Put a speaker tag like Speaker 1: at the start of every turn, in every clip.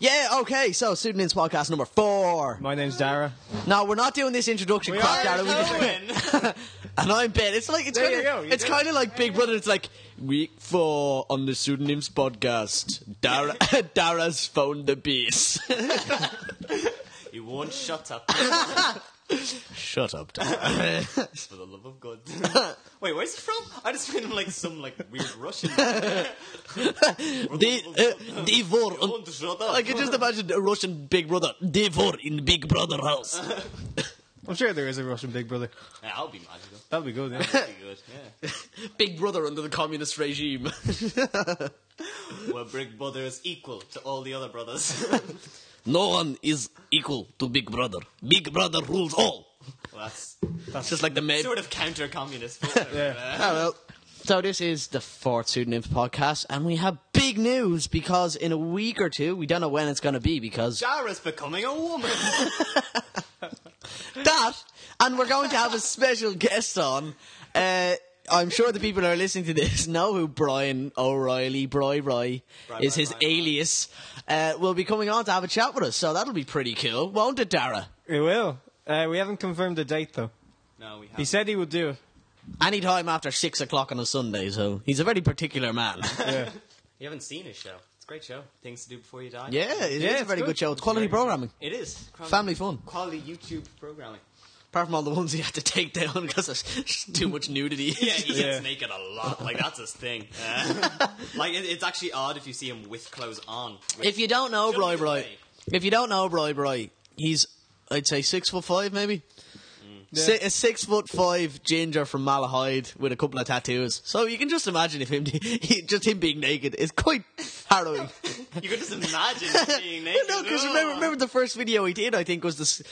Speaker 1: Yeah, okay, so Pseudonyms Podcast number four.
Speaker 2: My name's Dara.
Speaker 1: No, we're not doing this introduction
Speaker 2: We
Speaker 1: crap,
Speaker 2: are
Speaker 1: Dara. We just and I'm Ben. It's like it's
Speaker 2: There
Speaker 1: kind
Speaker 2: you go,
Speaker 1: of
Speaker 2: you
Speaker 1: it's
Speaker 2: did it.
Speaker 1: kind of like Big Brother. It's like week four on the Pseudonyms Podcast. Dara, Dara's phoned the beast.
Speaker 3: You won't shut up
Speaker 1: Shut up, Dara.
Speaker 3: for the love of God. Wait, where's it from? I just made him like some like weird Russian.
Speaker 1: the uh,
Speaker 3: You
Speaker 1: Devor.
Speaker 3: won't shut up.
Speaker 1: I can just imagine a Russian Big Brother. Devor in Big Brother house.
Speaker 2: I'm sure there is a Russian Big Brother.
Speaker 3: Yeah, I'll be magical.
Speaker 2: That'll be good. Yeah.
Speaker 3: That'd be good. Yeah.
Speaker 1: Big Brother under the communist regime.
Speaker 3: Where Big Brother is equal to all the other brothers.
Speaker 1: No one is equal to Big Brother. Big Brother rules all.
Speaker 3: well, that's
Speaker 1: That's just like the maid.
Speaker 3: sort of counter-communist. but whatever,
Speaker 2: Yeah.
Speaker 3: uh,
Speaker 1: So this is the fourth Pseudonyms podcast, and we have big news because in a week or two, we don't know when it's going to be because
Speaker 3: Dara's becoming a woman.
Speaker 1: that, and we're going to have a special guest on. Uh, I'm sure the people who are listening to this know who Brian O'Reilly, Bry Roy,
Speaker 3: Bri-
Speaker 1: is
Speaker 3: Bri-
Speaker 1: his
Speaker 3: Bri- Bri.
Speaker 1: alias, uh, will be coming on to have a chat with us. So that'll be pretty cool, won't it, Dara?
Speaker 2: We will. Uh, we haven't confirmed the date though.
Speaker 3: No, we have.
Speaker 2: He said he would do it.
Speaker 1: Anytime after six o'clock on a Sunday, so he's a very particular man.
Speaker 2: Yeah.
Speaker 3: You haven't seen his show. It's a great show. Things to do before you die.
Speaker 1: Yeah, it is
Speaker 2: Yeah,
Speaker 1: a
Speaker 2: it's
Speaker 1: very good,
Speaker 2: good.
Speaker 1: show. It's quality programming.
Speaker 3: It is.
Speaker 1: Family fun.
Speaker 3: Quality YouTube programming.
Speaker 1: Apart from all the ones you have to take down because there's too much nudity.
Speaker 3: Yeah, he gets
Speaker 2: Yeah.
Speaker 3: naked a lot. Like that's his thing. Uh, like it, it's actually odd if you see him with clothes on.
Speaker 1: If you don't know
Speaker 3: Don't
Speaker 1: Bry
Speaker 3: give
Speaker 1: Bry,
Speaker 3: away.
Speaker 1: if you don't know Bry Bry, he's I'd say six foot five maybe.
Speaker 2: Mm.
Speaker 1: Si a six foot five ginger from Malahide with a couple of tattoos. So you can just imagine if him, he, just him being naked is quite harrowing.
Speaker 3: you could just imagine him being naked.
Speaker 1: no, because remember, remember the first video he did, I think, was the s-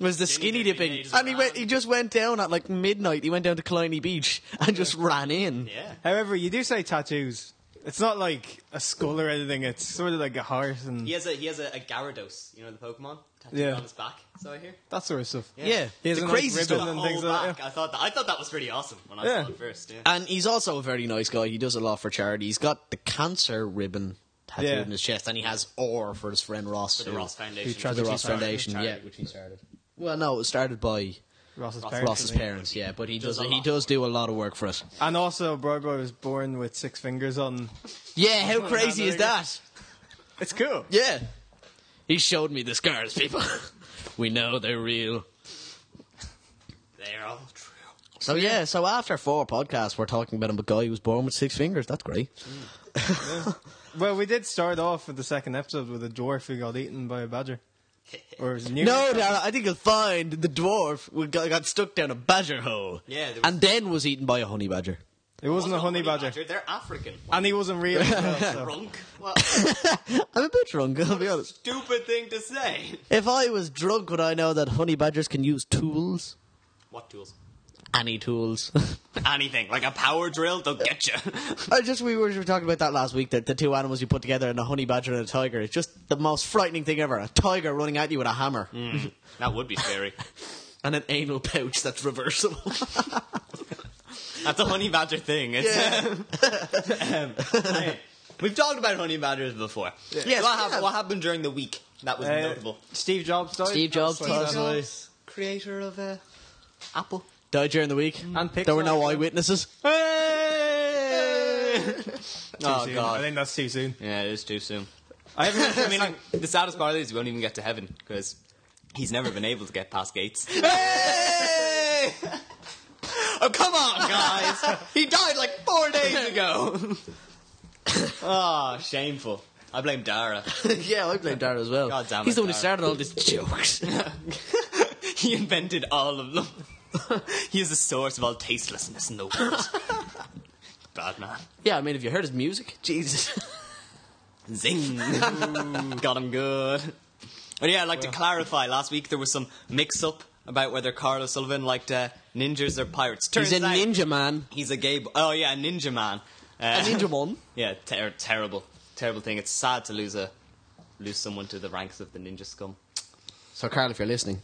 Speaker 1: was the skinny dipping,
Speaker 3: dipping, yeah, he just
Speaker 1: and he went.
Speaker 3: ran.
Speaker 1: He just went down at like midnight. He went down to Kleiny Beach and just ran in.
Speaker 3: Yeah.
Speaker 2: However, you do say tattoos. It's not like a skull or anything. It's sort of like a heart and
Speaker 3: He has a he has a, a Gyarados, you know the Pokemon tattooed
Speaker 2: Yeah.
Speaker 3: on his back. So I hear.
Speaker 2: that sort of stuff.
Speaker 1: Yeah,
Speaker 2: He has
Speaker 1: the
Speaker 2: a nice
Speaker 1: crazy
Speaker 2: ribbon
Speaker 1: stuff.
Speaker 3: The
Speaker 2: and
Speaker 3: whole
Speaker 2: things like
Speaker 3: back.
Speaker 2: that.
Speaker 3: I thought that I thought that was pretty awesome when I
Speaker 2: Yeah.
Speaker 3: saw it first. Yeah.
Speaker 1: And he's also a very nice guy. He does a lot for charity. He's got the cancer ribbon tattooed
Speaker 2: Yeah.
Speaker 1: in his chest, and he has ore for his friend Ross.
Speaker 3: For the
Speaker 1: who-
Speaker 3: Ross Foundation.
Speaker 2: Who tried
Speaker 1: for the
Speaker 2: Which he
Speaker 1: Ross
Speaker 2: started.
Speaker 1: Foundation,
Speaker 3: Charity,
Speaker 1: yeah, which he started. Well, no, it was started by
Speaker 2: Ross's
Speaker 3: Ross-
Speaker 2: parents.
Speaker 1: Ross's
Speaker 2: I think.
Speaker 1: parents, yeah, but he does
Speaker 3: Does a
Speaker 1: he
Speaker 3: lot.
Speaker 1: does do a lot of work for us.
Speaker 2: And also, Broadway was born with six fingers on.
Speaker 1: Yeah, how
Speaker 2: Oh,
Speaker 1: crazy
Speaker 2: yeah,
Speaker 1: is
Speaker 2: there you go.
Speaker 1: that?
Speaker 2: It's cool.
Speaker 1: Yeah, he showed me the scars, people. we know they're real.
Speaker 3: They're all true.
Speaker 1: So yeah, so after four podcasts, we're talking about a guy who was born with six fingers. That's great.
Speaker 2: Well, we did start off with the second episode with a dwarf who got eaten by a badger. Or was nearly-
Speaker 1: No, Dara, I think you'll find the dwarf who got, got stuck down a badger hole.
Speaker 3: Yeah, there was-
Speaker 1: and then was eaten by a honey badger.
Speaker 2: It wasn't a honey badger.
Speaker 3: They're African.
Speaker 2: And he wasn't real. as well, so.
Speaker 3: Drunk. Well,
Speaker 1: I'm a bit drunk. I'll be honest.
Speaker 3: stupid thing to say.
Speaker 1: If I was drunk, would I know that honey badgers can use tools?
Speaker 3: What tools?
Speaker 1: Any tools?
Speaker 3: Anything like a power drill, they'll get you.
Speaker 1: I just we were, we were talking about that last week. That the two animals you put together, and a honey badger and a tiger, it's just the most frightening thing ever. A tiger running at you with a hammer
Speaker 3: That would be scary.
Speaker 1: and an anal pouch that's reversible.
Speaker 3: That's a honey badger thing. It's, Um, we've talked about honey badgers before.
Speaker 1: Yes,
Speaker 3: what,
Speaker 1: we
Speaker 3: hap-
Speaker 1: have.
Speaker 3: what happened during the week that was
Speaker 2: Uh,
Speaker 3: notable?
Speaker 2: Steve Jobs died.
Speaker 1: Steve Jobs
Speaker 2: That's
Speaker 1: died.
Speaker 2: like-
Speaker 1: Jobs.
Speaker 3: creator of uh, Apple.
Speaker 1: Died during the week.
Speaker 2: And
Speaker 1: There were no
Speaker 2: Pixar.
Speaker 1: eyewitnesses. Oh,
Speaker 2: Too
Speaker 3: Oh,
Speaker 2: soon.
Speaker 3: God.
Speaker 2: I think that's too soon.
Speaker 3: Yeah, it is too soon.
Speaker 2: I haven't.
Speaker 3: I mean, the saddest part is we won't even get to heaven because he's never been able to get past gates. oh, come on, guys! he died like four days ago. Ah, shameful. I blame Dara.
Speaker 1: yeah, I blame Dara as well.
Speaker 3: God damn
Speaker 1: He's
Speaker 3: it,
Speaker 1: the one who
Speaker 3: Dara.
Speaker 1: started all these jokes.
Speaker 3: he invented all of them. he is the source of all tastelessness in the world. Bad man.
Speaker 1: yeah, I mean, have you heard his music? Jesus.
Speaker 3: Zing. Got him good. But yeah, I'd like to clarify. Last week there was some mix-up about whether Carlos Sullivan liked uh, ninjas or pirates. Turns
Speaker 1: He's a
Speaker 3: out
Speaker 1: ninja man.
Speaker 3: He's a gay. b- Oh yeah, a ninja man.
Speaker 1: A
Speaker 3: Uh,
Speaker 1: ninja mon.
Speaker 3: yeah, ter- terrible, terrible thing. It's sad to lose a lose someone to the ranks of the ninja scum.
Speaker 1: So, Carl, if you're listening,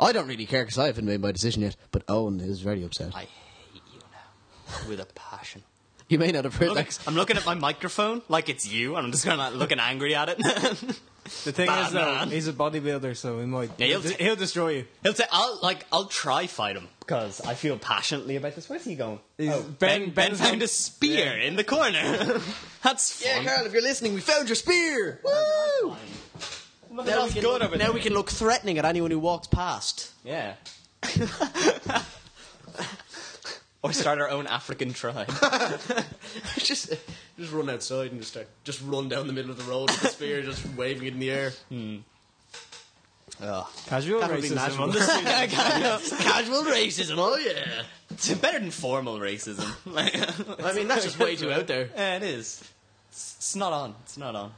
Speaker 1: I don't really care because I haven't made my decision yet. But Owen is very upset.
Speaker 3: I hate you now with a passion.
Speaker 1: You may not have heard
Speaker 3: Look,
Speaker 1: that.
Speaker 3: I'm looking at my microphone like it's you, and I'm just kind of looking angry at it.
Speaker 2: The thing
Speaker 3: Bad
Speaker 2: is, though,
Speaker 3: man.
Speaker 2: he's a bodybuilder, so he might.
Speaker 3: Yeah, he'll
Speaker 2: he'll,
Speaker 3: ta-
Speaker 2: he'll destroy you.
Speaker 3: He'll say, "I'll like, I'll try fight him because I feel passionately about this." Where's he going?
Speaker 2: He's-
Speaker 3: Oh,
Speaker 2: Ben-
Speaker 3: ben, ben,
Speaker 2: Ben's
Speaker 3: found
Speaker 2: going-
Speaker 3: a spear in the corner. That's fun.
Speaker 1: if you're listening, we found your spear. Woo!
Speaker 3: Look,
Speaker 1: Now, we
Speaker 3: that's
Speaker 1: can,
Speaker 3: good over
Speaker 1: now
Speaker 3: there.
Speaker 1: we can look threatening at anyone who walks past.
Speaker 3: Yeah. or start our own African tribe.
Speaker 1: just, just run outside and just start, just run down the middle of the road with the spear, just waving it in the air.
Speaker 2: Hmm. Casual
Speaker 1: That would be
Speaker 2: racism.
Speaker 1: magical. Casual racism, oh yeah.
Speaker 3: It's better than formal racism. Like,
Speaker 1: I mean, that's just way too out there.
Speaker 3: yeah, it is. It's, it's not on. It's not on.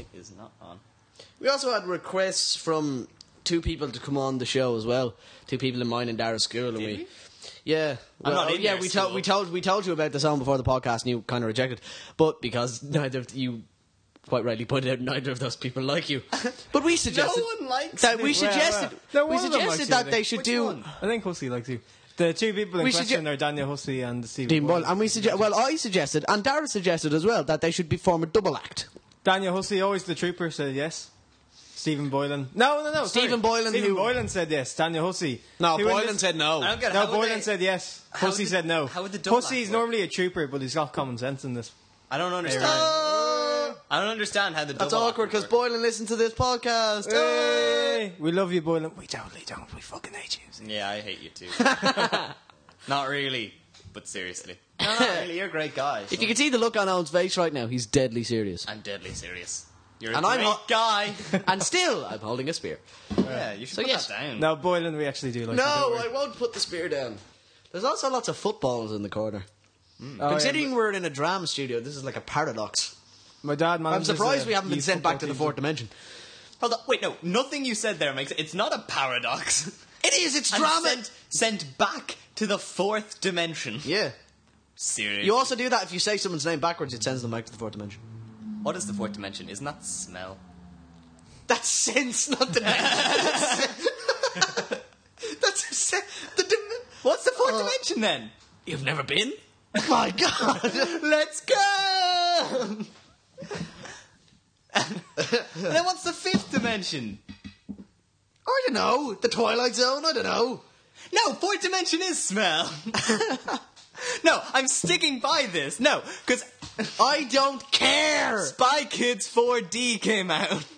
Speaker 3: It is not on.
Speaker 1: We also had requests from two people to come on the show as well. Two people in mine and Dara's school, and we.
Speaker 3: we?
Speaker 1: Yeah,
Speaker 3: I'm
Speaker 1: well, oh,
Speaker 3: not in
Speaker 1: yeah.
Speaker 3: their
Speaker 1: We told
Speaker 3: school.
Speaker 1: we told we told you about the song before the podcast, and you kind of rejected. But because neither of you, quite rightly pointed out, neither of those people like you. But we suggested
Speaker 3: one likes
Speaker 1: that.
Speaker 3: me.
Speaker 1: We
Speaker 3: Well,
Speaker 1: suggested
Speaker 2: well, no,
Speaker 1: we
Speaker 2: one of them likes
Speaker 1: suggested
Speaker 2: you, I
Speaker 1: that they
Speaker 2: think.
Speaker 1: should
Speaker 3: Which
Speaker 1: do.
Speaker 3: one?
Speaker 2: I think Hussey likes you. The two people in
Speaker 1: We should
Speaker 2: question
Speaker 1: ju-
Speaker 2: are Daniel Hussey and Stephen
Speaker 1: Dean Boyle.
Speaker 2: Boyle.
Speaker 1: And we suggest, well, I suggested, and Dara suggested as well, that they should be form a double act.
Speaker 2: Daniel Hussey, always the trooper, said yes. Stephen Boylan. No, no, no. sorry.
Speaker 1: Stephen Boylan
Speaker 2: Stephen
Speaker 1: who-
Speaker 2: Boylan said yes. Daniel Hussey. Who in this-
Speaker 1: no.
Speaker 3: I don't get
Speaker 2: No,
Speaker 3: how would
Speaker 2: Boylan
Speaker 3: they-
Speaker 2: said yes.
Speaker 3: how
Speaker 2: Hussey
Speaker 3: would the-
Speaker 2: said no.
Speaker 3: how would the double
Speaker 2: Hussey
Speaker 3: act
Speaker 2: is
Speaker 3: work?
Speaker 2: normally a trooper, but he's got common sense in this.
Speaker 3: I don't understand. I don't understand how the
Speaker 1: That's
Speaker 3: double
Speaker 1: awkward because
Speaker 3: act works.
Speaker 1: Boylan listened to this podcast.
Speaker 2: Hey! We love you, Boylan. We totally don't. We fucking hate you.
Speaker 3: Yeah, I hate you too. not really, but seriously. No, not really. You're a great guy.
Speaker 1: If you can see the look on Owen's face right now, he's deadly serious.
Speaker 3: I'm deadly serious. You're a
Speaker 1: And
Speaker 3: great
Speaker 1: I'm not-
Speaker 3: guy.
Speaker 1: and still, I'm holding a spear.
Speaker 3: yeah, you should put
Speaker 1: yes.
Speaker 3: that down.
Speaker 2: No, Boylan, we actually do like
Speaker 1: No,
Speaker 2: you, don't worry.
Speaker 1: I won't put the spear down. There's also lots of footballs in the corner.
Speaker 2: Oh, yeah,
Speaker 1: Mm. Considering we're in a drama studio, this is like a paradox.
Speaker 2: but my dad
Speaker 1: I'm
Speaker 2: manages
Speaker 1: surprised
Speaker 2: a
Speaker 1: we haven't been
Speaker 2: youth
Speaker 1: sent back to
Speaker 2: football
Speaker 1: the
Speaker 2: team.
Speaker 1: fourth dimension.
Speaker 3: Hold on. Wait, no. Nothing you said there makes It's not a paradox.
Speaker 1: It is, it's
Speaker 3: I'm
Speaker 1: drama.
Speaker 3: sent, sent back to the fourth dimension.
Speaker 1: yeah.
Speaker 3: Seriously.
Speaker 1: You also do that if you say someone's name backwards, it sends them back to the fourth dimension.
Speaker 3: what is the fourth dimension? Isn't that smell?
Speaker 1: That's sense, not dimension. That's a sen- the dim-
Speaker 3: What's the fourth
Speaker 1: Uh,
Speaker 3: dimension then?
Speaker 1: You've never been? My God.
Speaker 3: Let's go! and then what's the fifth dimension?
Speaker 1: I don't know. The Twilight Zone. I don't know.
Speaker 3: No, fourth dimension is smell. no, I'm sticking by this. No, because
Speaker 1: I don't care.
Speaker 3: Spy Kids 4D came out.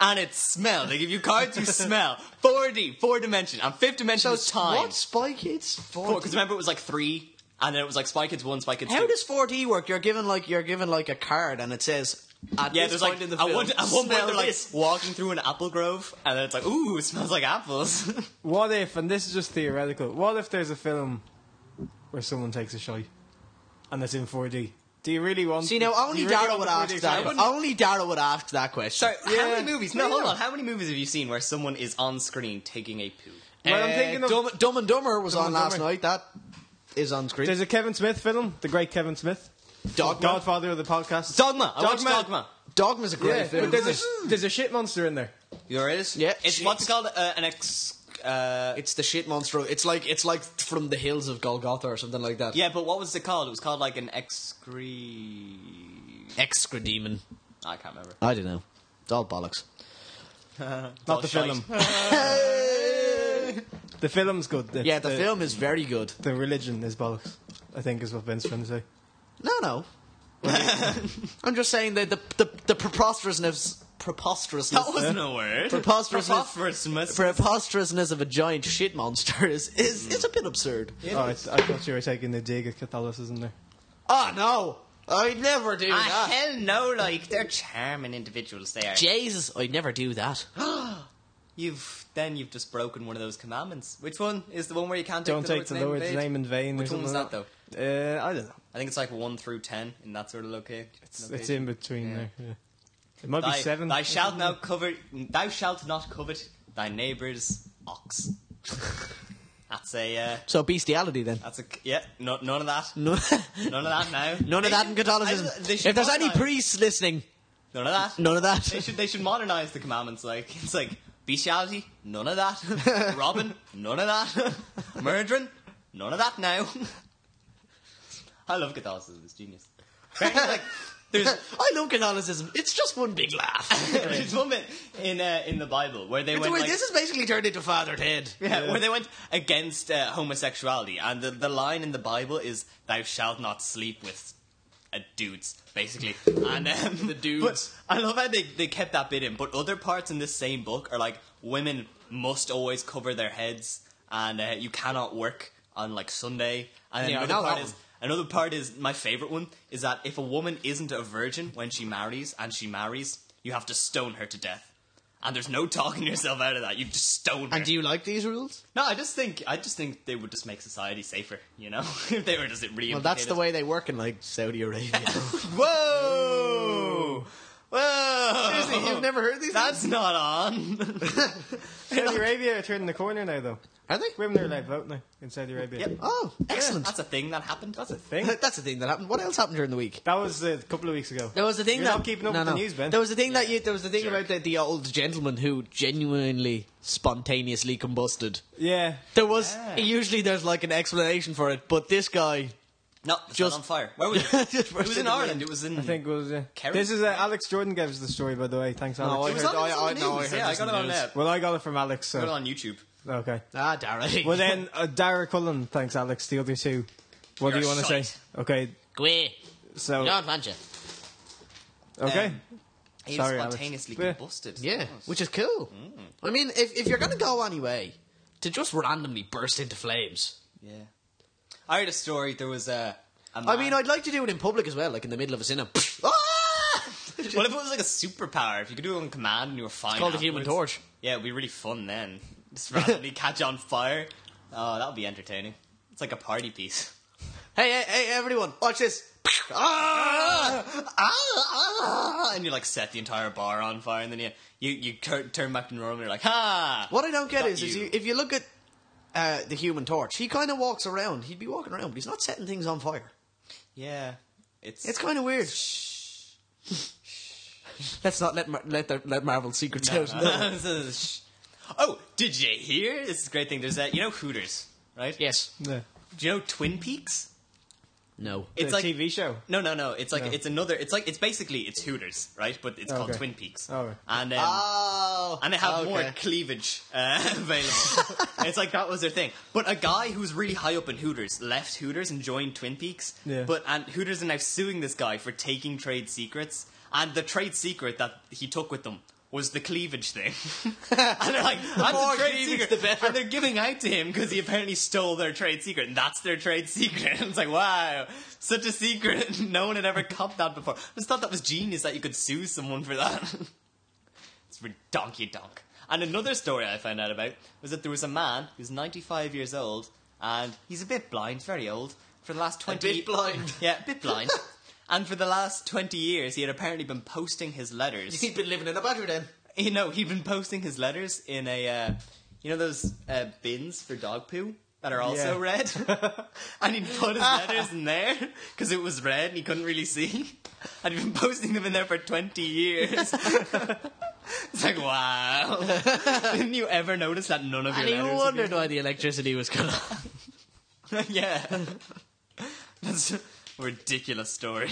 Speaker 3: And it's smell. They give you cards, you smell. 4D, four dimension. And fifth dimension is time.
Speaker 1: What Spy Kids? Four.
Speaker 3: Because remember, it was like three, and then it was like Spy Kids 1, Spy Kids 2.
Speaker 1: How does 4D work? You're given like you're given like a card, and it says at
Speaker 3: yeah,
Speaker 1: this
Speaker 3: there's
Speaker 1: point
Speaker 3: like
Speaker 1: in the
Speaker 3: at
Speaker 1: film.
Speaker 3: one, at one point
Speaker 1: smell
Speaker 3: they're like
Speaker 1: this.
Speaker 3: walking through an apple grove, and then it's like, ooh, it smells like apples.
Speaker 2: What if, and this is just theoretical, what if there's a film where someone takes a shot and it's in 4D? Do you really want
Speaker 1: See now, only
Speaker 2: do you
Speaker 1: Dara
Speaker 2: want
Speaker 1: would
Speaker 2: the 4D
Speaker 1: ask that.
Speaker 2: experience?
Speaker 1: Only Dara would ask that question.
Speaker 3: Sorry, how
Speaker 2: Yeah.
Speaker 3: many movies? No,
Speaker 2: Yeah.
Speaker 3: hold on. How many movies have you seen where someone is on screen taking a poo?
Speaker 2: Well, I'm
Speaker 1: Uh,
Speaker 2: thinking of-
Speaker 1: Dumb, Dumb and Dumber was
Speaker 2: Dumb
Speaker 1: on
Speaker 2: and
Speaker 1: last
Speaker 2: Dumber.
Speaker 1: night. That is on screen.
Speaker 2: There's a Kevin Smith film, the great Kevin Smith,
Speaker 1: Dogma.
Speaker 2: Godfather of the podcast.
Speaker 3: Dogma. I watched Dogma.
Speaker 1: Dogma's a great
Speaker 2: Yeah,
Speaker 1: film.
Speaker 2: but there's a, there's a shit monster in there.
Speaker 3: There is.
Speaker 1: Yeah.
Speaker 3: It's what's it called uh, an ex. Uh,
Speaker 1: It's the shit monster. It's like it's like from the hills of Golgotha or something like that.
Speaker 3: yeah, but what was it called? It was called like an excre.
Speaker 1: Excra demon.
Speaker 3: I can't remember.
Speaker 1: I don't know. It's all bollocks.
Speaker 2: Not the
Speaker 3: shite.
Speaker 2: film. the film's good. The,
Speaker 1: Yeah, the film is very good.
Speaker 2: The religion is bollocks. I think is what Ben's trying to say.
Speaker 1: No, no. I'm just saying that the the, the preposterousness preposterousness
Speaker 3: That wasn't a word.
Speaker 1: Preposterous-
Speaker 3: Preposterous.
Speaker 1: preposterousness of a giant shit monster is is, is a bit absurd.
Speaker 2: Oh, I, I thought you were taking the dig at Catholicism there.
Speaker 1: Oh no, I'd never do
Speaker 3: Ah,
Speaker 1: that.
Speaker 3: hell no! Like they're charming individuals. They are.
Speaker 1: Jesus, I'd never do that.
Speaker 3: You've then you've just broken one of those commandments. Which one is the one where you can't take
Speaker 2: Don't
Speaker 3: the
Speaker 2: take
Speaker 3: Lord's
Speaker 2: the
Speaker 3: name in
Speaker 2: Lord's
Speaker 3: vain?
Speaker 2: name in vain.
Speaker 3: Which
Speaker 2: or
Speaker 3: one was
Speaker 2: something
Speaker 3: that though?
Speaker 2: like that. Uh, I don't know.
Speaker 3: I think it's like one through ten in that sort of location.
Speaker 2: It's, it's in between there. yeah. It might be
Speaker 3: Thy,
Speaker 2: seven.
Speaker 3: thou shalt now cover. Thou shalt not covet thy neighbor's ox. that's a. Uh,
Speaker 1: So bestiality then.
Speaker 3: that's a. Yeah. No, none of that.
Speaker 1: No,
Speaker 3: None of that now.
Speaker 1: none of that in Catholicism.
Speaker 3: I- they should
Speaker 1: If there's any
Speaker 3: modernize-
Speaker 1: priests listening,
Speaker 3: none of that.
Speaker 1: none of
Speaker 3: They
Speaker 1: that.
Speaker 3: should. They should modernize the commandments. Like it's like bestiality. None of that. Robbing. None of that. Murdering. None of that now. I love Catholicism. It's genius. like, there's
Speaker 1: I love Catholicism. It's just one big laugh.
Speaker 3: there's one bit in uh, in the Bible where they
Speaker 1: Wait,
Speaker 3: went like,
Speaker 1: this is basically turned into Father Ted.
Speaker 3: yeah, where they went against uh, homosexuality, and the the line in the Bible is "Thou shalt not sleep with." uh dudes, basically, and um, the
Speaker 1: dudes.
Speaker 3: I love how they, they kept that bit in, but other parts in this same book are like women must always cover their heads, and uh, you cannot work on like Sunday. And then
Speaker 1: Yeah,
Speaker 3: another
Speaker 1: not
Speaker 3: part
Speaker 1: that
Speaker 3: is
Speaker 1: one.
Speaker 3: another part is my favorite one is that if a woman isn't a virgin when she marries and she marries, you have to stone her to death. And there's no talking yourself out of that. You just stone her.
Speaker 1: And do you like these rules?
Speaker 3: No, I just think I just think they would just make society safer. You know, if they were just really.
Speaker 1: Well, that's the way they work in like Saudi Arabia.
Speaker 3: Whoa, whoa!
Speaker 1: Seriously, you've never heard these?
Speaker 3: That's not on.
Speaker 2: Saudi Arabia are turning the corner now, though.
Speaker 1: Are they?
Speaker 2: Women are allowed to vote now in Saudi Arabia.
Speaker 3: Yep.
Speaker 1: Oh, excellent.
Speaker 3: That's a thing that happened. That's a thing.
Speaker 2: Thing.
Speaker 1: That's the thing that happened. What else happened during the week?
Speaker 2: That was uh, a couple of weeks ago.
Speaker 1: There was the thing
Speaker 2: You're
Speaker 1: that
Speaker 2: not keeping up
Speaker 1: No,
Speaker 2: with the
Speaker 1: no.
Speaker 2: news, Ben.
Speaker 1: There was the thing that you, there was the thing
Speaker 3: Jerk.
Speaker 1: about the, the old gentleman who genuinely spontaneously combusted.
Speaker 2: yeah.
Speaker 1: There was
Speaker 3: Yeah.
Speaker 1: usually there's like an explanation for it, but this guy
Speaker 3: No, it's
Speaker 1: Just-
Speaker 3: not on fire. Where was it?
Speaker 1: Just
Speaker 3: it was
Speaker 1: burst
Speaker 3: in
Speaker 1: into
Speaker 3: Ireland.
Speaker 1: wind.
Speaker 3: It was in.
Speaker 2: I think it was. Uh,
Speaker 3: Kerry?
Speaker 2: this is uh, Alex Jordan gave us the story, by the way. Thanks, Alex.
Speaker 1: I
Speaker 3: It was
Speaker 1: heard-
Speaker 3: on, it was
Speaker 1: I-
Speaker 3: on
Speaker 1: I-
Speaker 3: the
Speaker 1: no, I
Speaker 3: news.
Speaker 1: heard
Speaker 3: yeah, I
Speaker 1: this in
Speaker 3: got it
Speaker 1: the
Speaker 3: on
Speaker 1: news.
Speaker 3: that.
Speaker 2: well, I got it from Alex.
Speaker 3: Got it
Speaker 2: So
Speaker 3: on YouTube.
Speaker 2: okay.
Speaker 1: ah Darry.
Speaker 2: Well, then uh, Dara Cullen. Thanks, Alex. The other two. What do
Speaker 3: You're
Speaker 2: you want to
Speaker 3: shite.
Speaker 2: say? Okay.
Speaker 1: Gwe,
Speaker 2: So
Speaker 1: John Fancher.
Speaker 2: okay.
Speaker 3: Um, He
Speaker 2: Sorry, Alex.
Speaker 3: spontaneously
Speaker 2: Yeah.
Speaker 3: combusted.
Speaker 1: Yeah, which is cool. I mean, if if you're gonna go anyway, to just randomly burst into flames.
Speaker 3: Yeah. I heard a story. There was a. a
Speaker 1: I
Speaker 3: man-
Speaker 1: mean, I'd like to do it in public as well, like in the middle of a cinema. Ah!
Speaker 3: What if it was like a superpower? If you could do it on command and you were fine.
Speaker 1: called the Human
Speaker 3: afterwards?
Speaker 1: Torch.
Speaker 3: Yeah, it'd be really fun then. Just randomly catch on fire. Oh, that would be entertaining. It's like a party piece.
Speaker 1: hey, hey, hey, everyone, watch this.
Speaker 3: Ah, ah, ah, and you like set the entire bar on fire, and then you you, you tur- turn back to normal. And you're like, ha!
Speaker 1: What I don't get
Speaker 3: Not
Speaker 1: is, is
Speaker 3: you.
Speaker 1: you, if you look at uh, the Human Torch, he kind of walks around. He'd be walking around, but he's not setting things on fire.
Speaker 3: Yeah, it's
Speaker 1: It's kind of weird. Let's not let Mar- let the, let Marvel's secrets out. No.
Speaker 3: oh, did you hear? This is a great thing. There's that you know Hooters, right?
Speaker 1: Yes.
Speaker 2: Yeah.
Speaker 3: Do you know Twin Peaks?
Speaker 1: No.
Speaker 3: It's
Speaker 2: the
Speaker 3: like
Speaker 2: TV show.
Speaker 3: No, no, no. It's like
Speaker 2: No. Oh,
Speaker 3: it's another. It's like it's basically it's Hooters, right? But it's called
Speaker 2: Okay. Ah,
Speaker 3: Twin Peaks.
Speaker 2: All right.
Speaker 3: And um,
Speaker 1: Oh.
Speaker 3: and they have
Speaker 1: okay.
Speaker 3: more cleavage uh, available. it's like that was their thing. But a guy who's really high up in Hooters left Hooters and joined Twin Peaks.
Speaker 2: Yeah.
Speaker 3: But and Hooters are now suing this guy for taking trade secrets. And the trade secret that he took with them was the cleavage thing. and they're like, that's
Speaker 1: more
Speaker 3: a trade
Speaker 1: cleavage,
Speaker 3: secret.
Speaker 1: the better.
Speaker 3: And they're giving out to him because he apparently stole their trade secret. And that's their trade secret. it's like, wow, such a secret. no one had ever caught that before. I just thought that was genius that you could sue someone for that. It's donkey donk. And another story I found out about was that there was a man who's 95 years old and he's a bit blind, very old. For the last 20
Speaker 1: bit blind.
Speaker 3: Yeah, a bit blind. and for the last 20 years, he had apparently been posting his letters.
Speaker 1: He's been living in a battery then.
Speaker 3: You know, he'd been posting his letters in a, uh, you know, those uh, bins for dog poo that are
Speaker 2: Yeah.
Speaker 3: also red. and he'd put his letters in there because it was red and he couldn't really see. And he'd been posting them in there for twenty years. it's like wow. Didn't you ever notice that none of your
Speaker 1: And he
Speaker 3: letters?
Speaker 1: wondered why the electricity was cut off.
Speaker 3: yeah, that's a ridiculous story.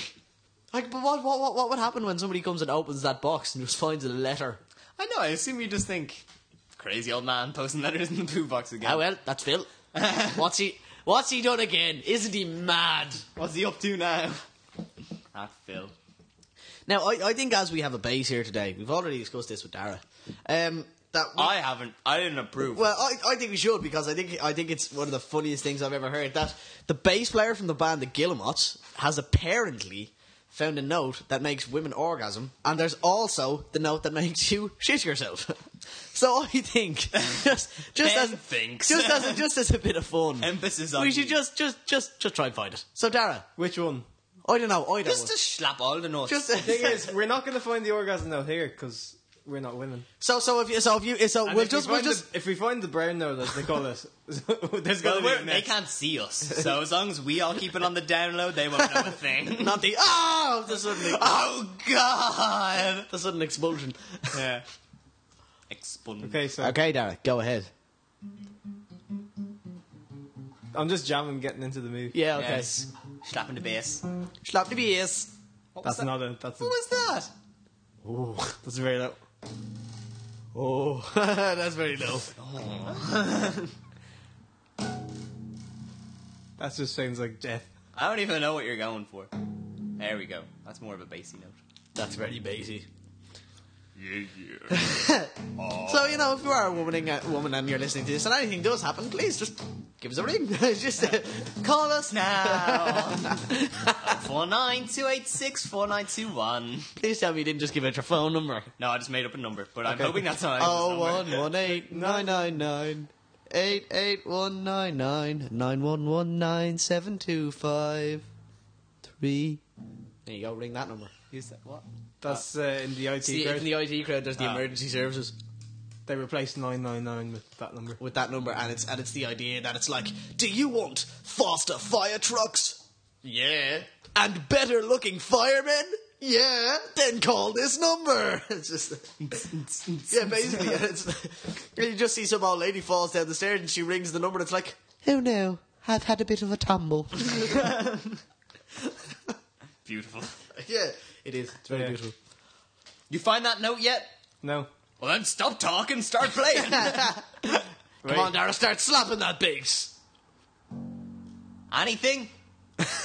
Speaker 1: Like, but what, what, what, what would happen when somebody comes and opens that box and just finds a letter?
Speaker 3: I know. I assume you just think crazy old man posting letters in the poo box again.
Speaker 1: Ah, well, that's Phil. what's he? What's he done again? Isn't he mad?
Speaker 3: What's he up to now? Ah, Phil.
Speaker 1: Now, I, I think as we have a base here today, we've already discussed this with Dara. Um, that we-
Speaker 3: I haven't. I didn't approve.
Speaker 1: well, I, I think we should because I think I think it's one of the funniest things I've ever heard. That the bass player from the band the Guillemots has apparently found a note that makes women orgasm, and there's also the note that makes you shit yourself. So I think just just
Speaker 3: Ben
Speaker 1: as
Speaker 3: thinks.
Speaker 1: just as a, just as a bit of fun,
Speaker 3: Emphasis on
Speaker 1: we should
Speaker 3: you.
Speaker 1: just just just just try and find it. So Dara,
Speaker 2: Which one?
Speaker 1: I don't know, I don't.
Speaker 3: just to slap all the notes.
Speaker 1: just
Speaker 2: Thing is, we're not going to find the orgasm note here because we're not women.
Speaker 1: so so if you so if you so
Speaker 2: And
Speaker 1: we'll
Speaker 2: if we
Speaker 1: just we'll
Speaker 2: find
Speaker 1: just
Speaker 2: the, if we find the brown note, as they call it, there's
Speaker 3: well,
Speaker 2: going to
Speaker 3: we're-
Speaker 2: be a
Speaker 3: they
Speaker 2: mess.
Speaker 3: can't see us, so as long as we all keep it on the download, they won't know a thing.
Speaker 1: not the oh the sudden
Speaker 2: Ah.
Speaker 3: oh God!
Speaker 1: the sudden explosion.
Speaker 3: Yeah. Expunged.
Speaker 2: Okay, so
Speaker 1: Okay, Derek, go ahead.
Speaker 2: I'm just jamming, getting into the movie.
Speaker 1: Yeah, okay.
Speaker 3: Yes. Slapping the bass.
Speaker 1: Slap the beers.
Speaker 3: What was
Speaker 2: That's
Speaker 3: that?
Speaker 2: not a. That's a.
Speaker 3: What was that?
Speaker 2: Oh, that's very loud.
Speaker 1: Oh, that's very low.
Speaker 2: That just sounds like death.
Speaker 3: I don't even know what you're going for. There we go. That's more of a bassy note.
Speaker 1: That's very bassy.
Speaker 3: Yeah, yeah.
Speaker 1: So you know, if you are a woman, a woman and you're listening to this, and anything does happen, please just give us a ring. just uh, call us now.
Speaker 3: now. Uh, Four nine two eight six four nine two one.
Speaker 1: Please tell me you didn't just give out your phone number.
Speaker 3: No, I just made up a number, but I'm hoping that's not.
Speaker 1: Oh
Speaker 3: Oh,
Speaker 1: one one eight nine nine nine. Eight eight one nine nine nine one one nine seven two five three. There you go, ring that number.
Speaker 3: Who's that? What?
Speaker 2: That's uh, in the IT.
Speaker 1: See,
Speaker 2: crowd.
Speaker 1: in the IT crowd, there's the
Speaker 2: Ah.
Speaker 1: emergency services
Speaker 2: they replaced 999 with that number.
Speaker 1: with that number, and it's and it's the idea that it's like, do you want faster fire trucks? Yeah. And better looking firemen? Yeah. Then call this number. It's just. Yeah, basically, yeah, it's, you just see some old lady falls down the stairs and she rings the number. and It's like, oh no, I've had a bit of a tumble.
Speaker 3: Beautiful.
Speaker 1: yeah, it is. It's very
Speaker 2: Yeah.
Speaker 1: beautiful.
Speaker 3: You find that note yet?
Speaker 2: No.
Speaker 3: Well, then stop talking, start playing.
Speaker 1: Come on, Dara, start slapping that bass.
Speaker 3: Anything?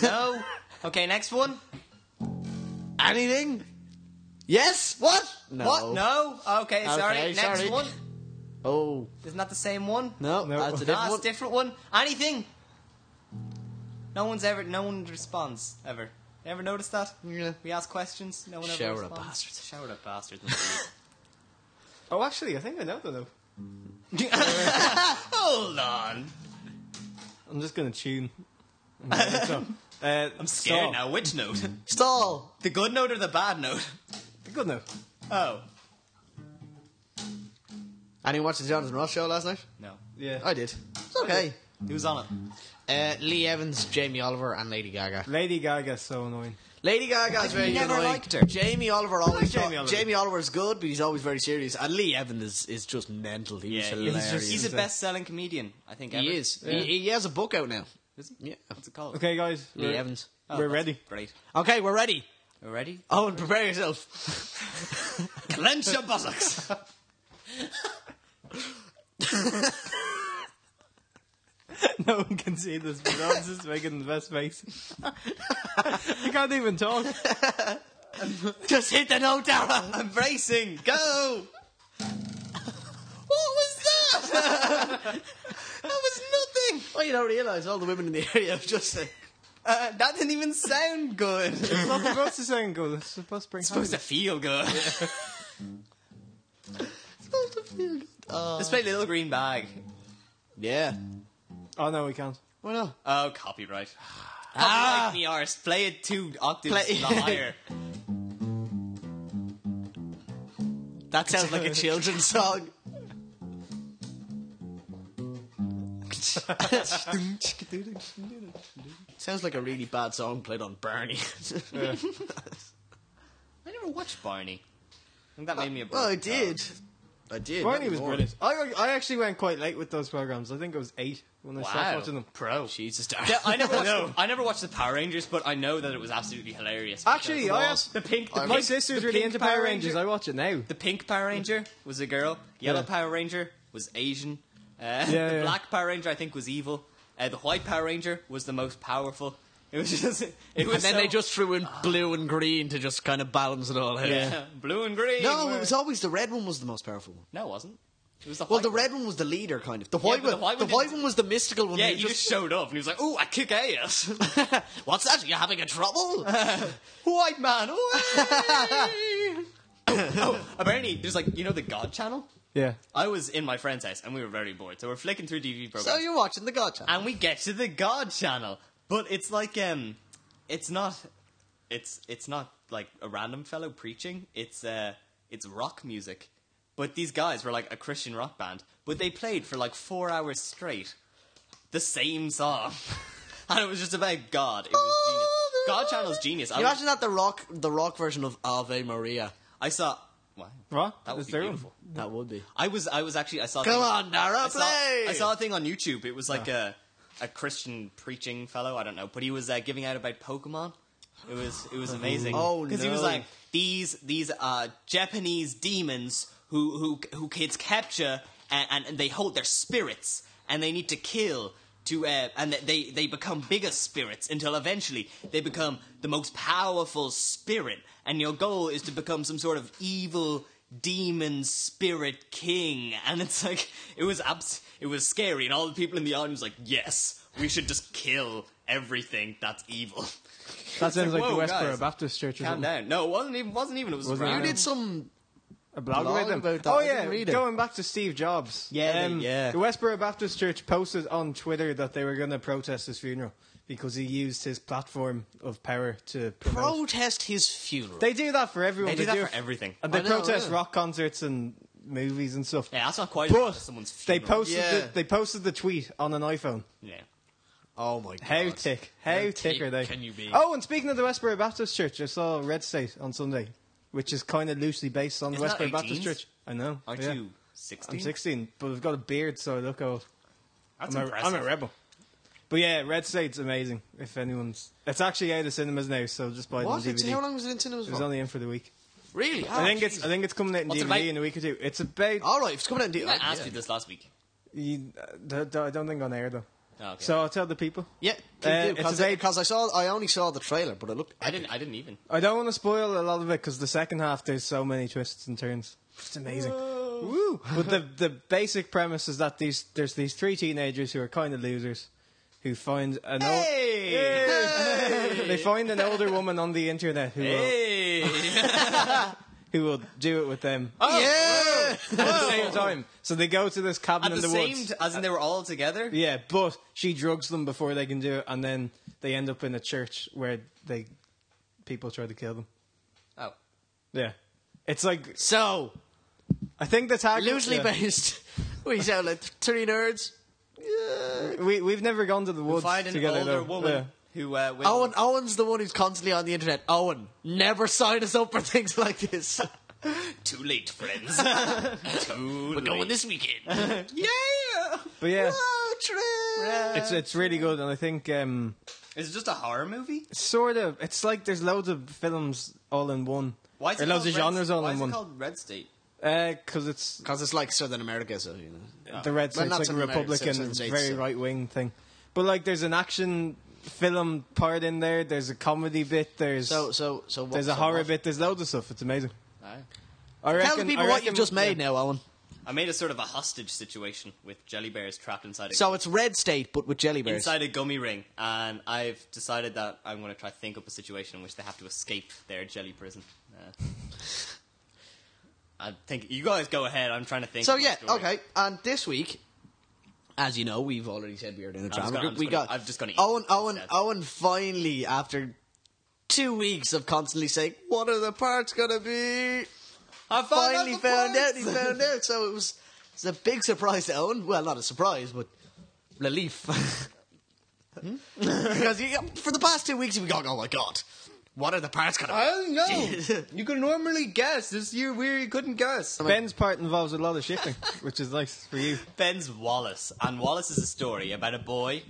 Speaker 3: No. Okay, next one.
Speaker 1: Anything? Yes. What? No.
Speaker 3: What? No. Okay, sorry.
Speaker 1: Okay,
Speaker 3: next
Speaker 1: sorry.
Speaker 3: one.
Speaker 1: Oh
Speaker 3: Isn't that the same one?
Speaker 1: no, that's
Speaker 2: No.
Speaker 1: a
Speaker 2: That's
Speaker 1: different
Speaker 3: That's
Speaker 1: one.
Speaker 3: different one. Anything? No one's ever. No one responds ever. You ever notice that?
Speaker 1: Yeah.
Speaker 3: We ask questions. No one ever
Speaker 1: Shower of
Speaker 3: responds.
Speaker 1: bastards.
Speaker 3: Shower of bastards. indeed.
Speaker 2: Oh, actually, I think I know the note.
Speaker 3: Hold on.
Speaker 2: I'm just gonna tune. So, uh,
Speaker 3: I'm scared now. Which note?
Speaker 1: Stall.
Speaker 3: the good note or the bad note?
Speaker 2: Good note.
Speaker 3: Oh
Speaker 1: Anyone watch the Jonathan Ross show last night?
Speaker 3: no.
Speaker 2: Yeah.
Speaker 1: I did. It's okay.
Speaker 3: Who's on it?
Speaker 1: Uh, Lee Evans, Jamie Oliver, and Lady Gaga.
Speaker 2: Lady Gaga's so annoying.
Speaker 1: Lady Gaga's very
Speaker 3: never
Speaker 1: annoying.
Speaker 3: liked her.
Speaker 1: Jamie Oliver always.
Speaker 2: Jamie
Speaker 1: Jamie,
Speaker 2: Oliver.
Speaker 1: Oliver's good, but he's always very serious. And Lee Evans is, is just mental. He's
Speaker 3: Yeah, he's,
Speaker 1: hilarious.
Speaker 3: just, he's a
Speaker 2: Hilarious.
Speaker 3: best-selling comedian. I think ever.
Speaker 1: he is.
Speaker 2: Yeah.
Speaker 1: He, he has a book out now.
Speaker 3: Is he?
Speaker 1: Yeah.
Speaker 3: What's it called?
Speaker 2: Okay, guys.
Speaker 1: Lee
Speaker 2: we're-
Speaker 1: Evans.
Speaker 3: Oh,
Speaker 2: we're
Speaker 3: that's
Speaker 2: ready.
Speaker 3: Great.
Speaker 1: Okay, we're ready.
Speaker 3: We're ready.
Speaker 1: Oh, and prepare yourself.
Speaker 3: Clench your buttocks.
Speaker 2: No one can see this, but I'm just making the best face. I can't even talk.
Speaker 1: Just hit the note, Dara.
Speaker 3: I'm bracing. Go. what was that? that was nothing.
Speaker 1: Well, you don't realise all the women in the area have just said.
Speaker 3: Uh, that didn't even sound good. It's
Speaker 2: It's not supposed to sound good. It's supposed to bring
Speaker 3: supposed to feel good. Let's play Little Green Bag.
Speaker 1: yeah.
Speaker 2: Oh no, we can't.
Speaker 1: Why not?
Speaker 3: Oh, copyright.
Speaker 1: Ah.
Speaker 3: Copyright me arse. Play it two octaves
Speaker 1: Play-
Speaker 3: higher.
Speaker 1: That sounds like a children's song. Sounds like a really bad song played on Barney.
Speaker 2: Yeah.
Speaker 3: I never watched Barney. I think that made me a
Speaker 1: well, I
Speaker 3: broken child.
Speaker 1: did. I did.
Speaker 2: Barney
Speaker 1: that
Speaker 2: was
Speaker 1: boring.
Speaker 2: brilliant. I I actually went quite late with those programs. I think I was eight when I stopped
Speaker 3: Wow.
Speaker 2: watching them.
Speaker 3: Pro.
Speaker 1: Jesus, Dara.
Speaker 3: Yeah, I never watched. I never watched the Power Rangers, but I know that it was absolutely hilarious.
Speaker 2: Actually,
Speaker 3: Because
Speaker 2: I
Speaker 3: the-
Speaker 2: asked-
Speaker 3: the pink. The
Speaker 1: I-
Speaker 3: pink
Speaker 1: My
Speaker 2: My sister's
Speaker 3: the
Speaker 2: really
Speaker 3: pink
Speaker 2: into Power Rangers. I watch it now.
Speaker 3: the pink Power Ranger was a girl. Yellow
Speaker 2: Yeah.
Speaker 3: Power Ranger was Asian. Uh,
Speaker 2: Yeah,
Speaker 3: the
Speaker 2: yeah.
Speaker 3: black Power Ranger I think was evil. Uh, the white Power Ranger was the most powerful. It was just. It was
Speaker 1: And then
Speaker 3: so-
Speaker 1: they just threw in blue and green to just kind of balance it all out.
Speaker 3: yeah. blue and green.
Speaker 1: No,
Speaker 3: were-
Speaker 1: it was always the red one was the most powerful one.
Speaker 3: No, it wasn't. It was the
Speaker 1: Well,
Speaker 3: white
Speaker 1: the
Speaker 3: one.
Speaker 1: red one was the leader, kind of. The white
Speaker 3: but the
Speaker 1: one,
Speaker 3: white
Speaker 1: the
Speaker 3: one
Speaker 1: white
Speaker 3: didn't-
Speaker 1: one was the mystical one.
Speaker 3: Yeah,
Speaker 1: who
Speaker 3: he just showed up and he was like, "Oh, I kick ass."
Speaker 1: What's that? You having a trouble?
Speaker 3: White man. away! oh, apparently, there's like you know the God Channel.
Speaker 2: Yeah.
Speaker 3: I was in my friend's house and we were very bored, so we're flicking through TV programs,
Speaker 1: so you're watching the Gotcha.
Speaker 3: and we get to the God Channel. But it's like um, it's not, it's it's not like a random fellow preaching. It's uh, it's rock music. But these guys were like a Christian rock band, but they played for like four hours straight, the same song, and it was just about God. It was genius. God Channel's genius. I,
Speaker 1: You're
Speaker 3: was,
Speaker 1: watching that the rock, the rock version of Ave Maria.
Speaker 3: I saw. Wow.
Speaker 2: What?
Speaker 3: That would
Speaker 2: It's
Speaker 3: be
Speaker 2: their own.
Speaker 3: beautiful.
Speaker 1: That would be.
Speaker 3: I was I was actually I saw. a
Speaker 1: Come
Speaker 3: thing-
Speaker 1: on, Dara,
Speaker 3: I saw,
Speaker 1: play!
Speaker 3: I saw a thing on YouTube. It was like uh a Christian preaching fellow. I don't know, but he was uh, giving out about Pokemon. It was it was amazing.
Speaker 1: Oh,
Speaker 3: because he was
Speaker 1: no.
Speaker 3: like these these uh, Japanese demons who who who kids capture and, and, and they hold their spirits and they need to kill to uh, and they they become bigger spirits until eventually they become the most powerful spirit and your goal is to become some sort of evil demon spirit king and it's like it was abs- it was scary and all the people in the audience were like yes we should just kill everything that's evil
Speaker 2: That sounds like,
Speaker 3: like,
Speaker 2: the
Speaker 3: "Whoa,
Speaker 2: Westboro
Speaker 3: guys,
Speaker 2: Baptist Church or
Speaker 3: Calm
Speaker 2: something.
Speaker 3: down. No, it wasn't even. Wasn't even. It was.
Speaker 2: Wasn't
Speaker 3: random.
Speaker 1: You did some.
Speaker 2: A blog,
Speaker 1: Blog
Speaker 2: about them.
Speaker 1: about that.
Speaker 2: Oh
Speaker 1: I
Speaker 2: yeah,
Speaker 1: didn't read it.
Speaker 2: going back to Steve Jobs. Um,
Speaker 3: Yeah, yeah.
Speaker 2: The Westboro Baptist Church posted on Twitter that they were going to protest his funeral because he used his platform of power to promote.
Speaker 1: Protest his funeral.
Speaker 2: they do that for everyone.
Speaker 3: They do
Speaker 2: it
Speaker 3: that for everything.
Speaker 2: And they
Speaker 1: I know,
Speaker 2: protest
Speaker 1: yeah.
Speaker 2: rock concerts and movies and stuff.
Speaker 3: Yeah, that's not quite
Speaker 2: But
Speaker 3: as someone's
Speaker 2: they
Speaker 3: funeral.
Speaker 2: posted
Speaker 1: Yeah.
Speaker 2: the, they posted the tweet on an iPhone.
Speaker 3: Yeah.
Speaker 1: oh my god.
Speaker 2: How thick? How,
Speaker 4: How
Speaker 2: thick
Speaker 4: thick
Speaker 2: are they?
Speaker 4: can you be?
Speaker 2: Oh, and speaking of the Westboro Baptist Church, I saw Red State on Sunday, which is kind of loosely based on the
Speaker 3: Isn't that
Speaker 2: Westboro Baptist
Speaker 3: 18s?
Speaker 2: Church. I know.
Speaker 3: Aren't
Speaker 2: yeah.
Speaker 3: you
Speaker 2: I'm
Speaker 3: 16?
Speaker 2: 16, but I've got a beard, so I look old.
Speaker 3: That's
Speaker 2: I'm a,
Speaker 3: impressive.
Speaker 2: I'm a rebel. But yeah, Red State's amazing. If anyone's, it's actually out of cinemas now, so just buy it on
Speaker 1: What?
Speaker 2: DVD.
Speaker 1: It's, how long was it in cinemas
Speaker 2: it was
Speaker 1: for?
Speaker 2: only in for the week.
Speaker 1: really? Oh,
Speaker 2: I think
Speaker 1: jeez.
Speaker 2: it's I think it's coming out in
Speaker 3: What's it
Speaker 2: DVD
Speaker 3: about?
Speaker 2: in a week or two. It's about
Speaker 1: All right, if it's coming out in
Speaker 3: I asked you this last week.
Speaker 2: you, uh, d- d- I don't think on air though.
Speaker 3: Oh, okay.
Speaker 2: So I'll tell the people.
Speaker 1: Yeah,
Speaker 2: Uh, it's
Speaker 1: because
Speaker 2: about-
Speaker 1: I saw I only saw the trailer, but it looked.
Speaker 3: I didn't. I didn't even.
Speaker 2: I don't want to spoil a lot of it because the second half there's so many twists and turns. It's amazing. Woo! but the the basic premise is that these there's these three teenagers who are kind of losers who find an old they find an older woman on the internet who will,
Speaker 3: Hey!
Speaker 2: who will do it with them
Speaker 1: yeah,
Speaker 2: at the same time. So they go to this cabin
Speaker 3: Oh. At
Speaker 2: in
Speaker 3: the
Speaker 2: the,
Speaker 3: same,
Speaker 2: woods.
Speaker 3: t- as in they were all together.
Speaker 2: yeah, but she drugs them before they can do it, and then they end up in a church where they people try to kill them.
Speaker 3: Oh,
Speaker 2: Yeah, it's like
Speaker 1: so
Speaker 2: I think the tag
Speaker 1: loosely
Speaker 2: yeah.
Speaker 1: based. We sound like three nerds.
Speaker 2: We we've never gone to the woods
Speaker 3: find an
Speaker 2: together
Speaker 3: older
Speaker 2: though.
Speaker 3: woman
Speaker 2: Yeah.
Speaker 3: who. Uh, will-
Speaker 1: Owen, Owen's the one who's constantly on the internet. Owen, never sign us up for things like this.
Speaker 3: Too late, friends. Too
Speaker 1: We're going
Speaker 3: late.
Speaker 1: this weekend.
Speaker 3: Yeah.
Speaker 2: But yeah,
Speaker 1: Road trip.
Speaker 2: it's it's really good, and I think um,
Speaker 3: Is it just a horror movie?
Speaker 2: sort of it's like there's loads of films all in one.
Speaker 3: Why is
Speaker 2: or
Speaker 3: it
Speaker 2: loads
Speaker 3: called
Speaker 2: of
Speaker 3: Red-
Speaker 2: genres all
Speaker 3: Why
Speaker 2: in
Speaker 3: is it
Speaker 2: one?
Speaker 3: called Red State?
Speaker 2: Because it's
Speaker 1: Because it's like Southern America, so you know.
Speaker 2: the Red
Speaker 1: Well,
Speaker 2: State's
Speaker 1: not
Speaker 2: like a
Speaker 1: Southern America,
Speaker 2: Republican,
Speaker 1: Southern States,
Speaker 2: very
Speaker 1: so.
Speaker 2: right wing thing. But like, there's an action film part in there. There's a comedy bit. There's
Speaker 1: So, so, so. What,
Speaker 2: there's a
Speaker 1: so
Speaker 2: horror
Speaker 1: what?
Speaker 2: bit. There's loads of stuff. It's amazing.
Speaker 3: Aye.
Speaker 2: I reckon,
Speaker 1: Tell the people
Speaker 2: I
Speaker 1: what
Speaker 2: reckon-
Speaker 1: you've just made
Speaker 2: yeah.
Speaker 1: now, Owen.
Speaker 3: I made a sort of a hostage situation with jelly bears trapped inside a
Speaker 1: So it's Red State, but with jelly bears.
Speaker 3: inside a gummy ring, and I've decided that I'm going to try to think up a situation in which they have to escape their jelly prison. Uh, I think you guys go ahead. I'm trying to think.
Speaker 1: So
Speaker 3: of my
Speaker 1: yeah,
Speaker 3: story.
Speaker 1: okay. And this week, as you know, we've already said we are doing a drama
Speaker 3: just gonna- I'm
Speaker 1: group.
Speaker 3: just
Speaker 1: We
Speaker 3: gonna-
Speaker 1: got.
Speaker 3: I'm just gonna eat
Speaker 1: Owen,
Speaker 3: this
Speaker 1: Owen,
Speaker 3: instead.
Speaker 1: Owen. Finally, after two weeks of constantly saying, "What are the parts gonna be?"
Speaker 3: I
Speaker 1: Finally found out. He found out. So it was. It's a big surprise to Owen. Well, not a surprise, but relief. because you, for the past two weeks, you've been going, "Oh my god, what are the parts gonna?" be?
Speaker 3: don't know. you can normally guess. This year, we you couldn't guess.
Speaker 2: Ben's part involves a lot of shifting, which is nice for you.
Speaker 3: Ben's Wallace, and Wallace is a story about a boy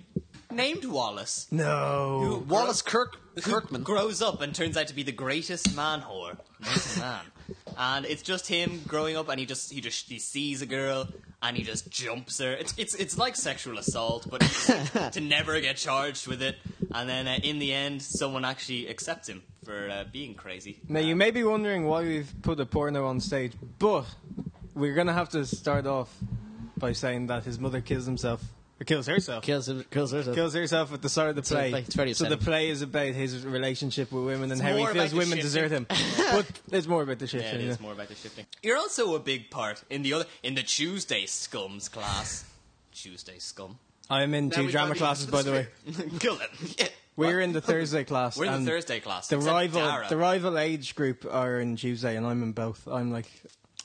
Speaker 3: named Wallace
Speaker 2: No.
Speaker 3: who
Speaker 1: Wallace Kirk
Speaker 3: who
Speaker 1: Kirkman.
Speaker 3: grows up and turns out to be the greatest man whore, Known to man, and it's just him growing up, and he just he just he sees a girl and he just jumps her. It's it's it's like sexual assault, but to never get charged with it, and then uh, in the end, someone actually accepts him for uh, being crazy.
Speaker 2: Now you may be wondering why we've put a porno on stage, but we're gonna have to start off by saying that his mother kills himself or kills herself.
Speaker 1: kills him. Kills herself.
Speaker 2: Kills herself at the start of the play.
Speaker 1: like, it's very
Speaker 2: so the
Speaker 1: upsetting.
Speaker 2: play is about his relationship with women and how he
Speaker 3: more about
Speaker 2: feels
Speaker 3: the
Speaker 2: women
Speaker 3: shifting.
Speaker 2: desert him. but it's more about the shit.
Speaker 3: Yeah, it is more about the shifting. You're also a big part in the other in the Tuesday scums class. Tuesday scum.
Speaker 2: I'm in two
Speaker 1: we
Speaker 2: drama
Speaker 1: finally-
Speaker 2: classes, by the way.
Speaker 3: Kill them. Yeah.
Speaker 2: We're in the Thursday class.
Speaker 3: We're in
Speaker 2: and
Speaker 3: the Thursday class.
Speaker 2: The
Speaker 3: except
Speaker 2: rival,
Speaker 3: Dara.
Speaker 2: the rival age group are in Tuesday, and I'm in both. I'm like,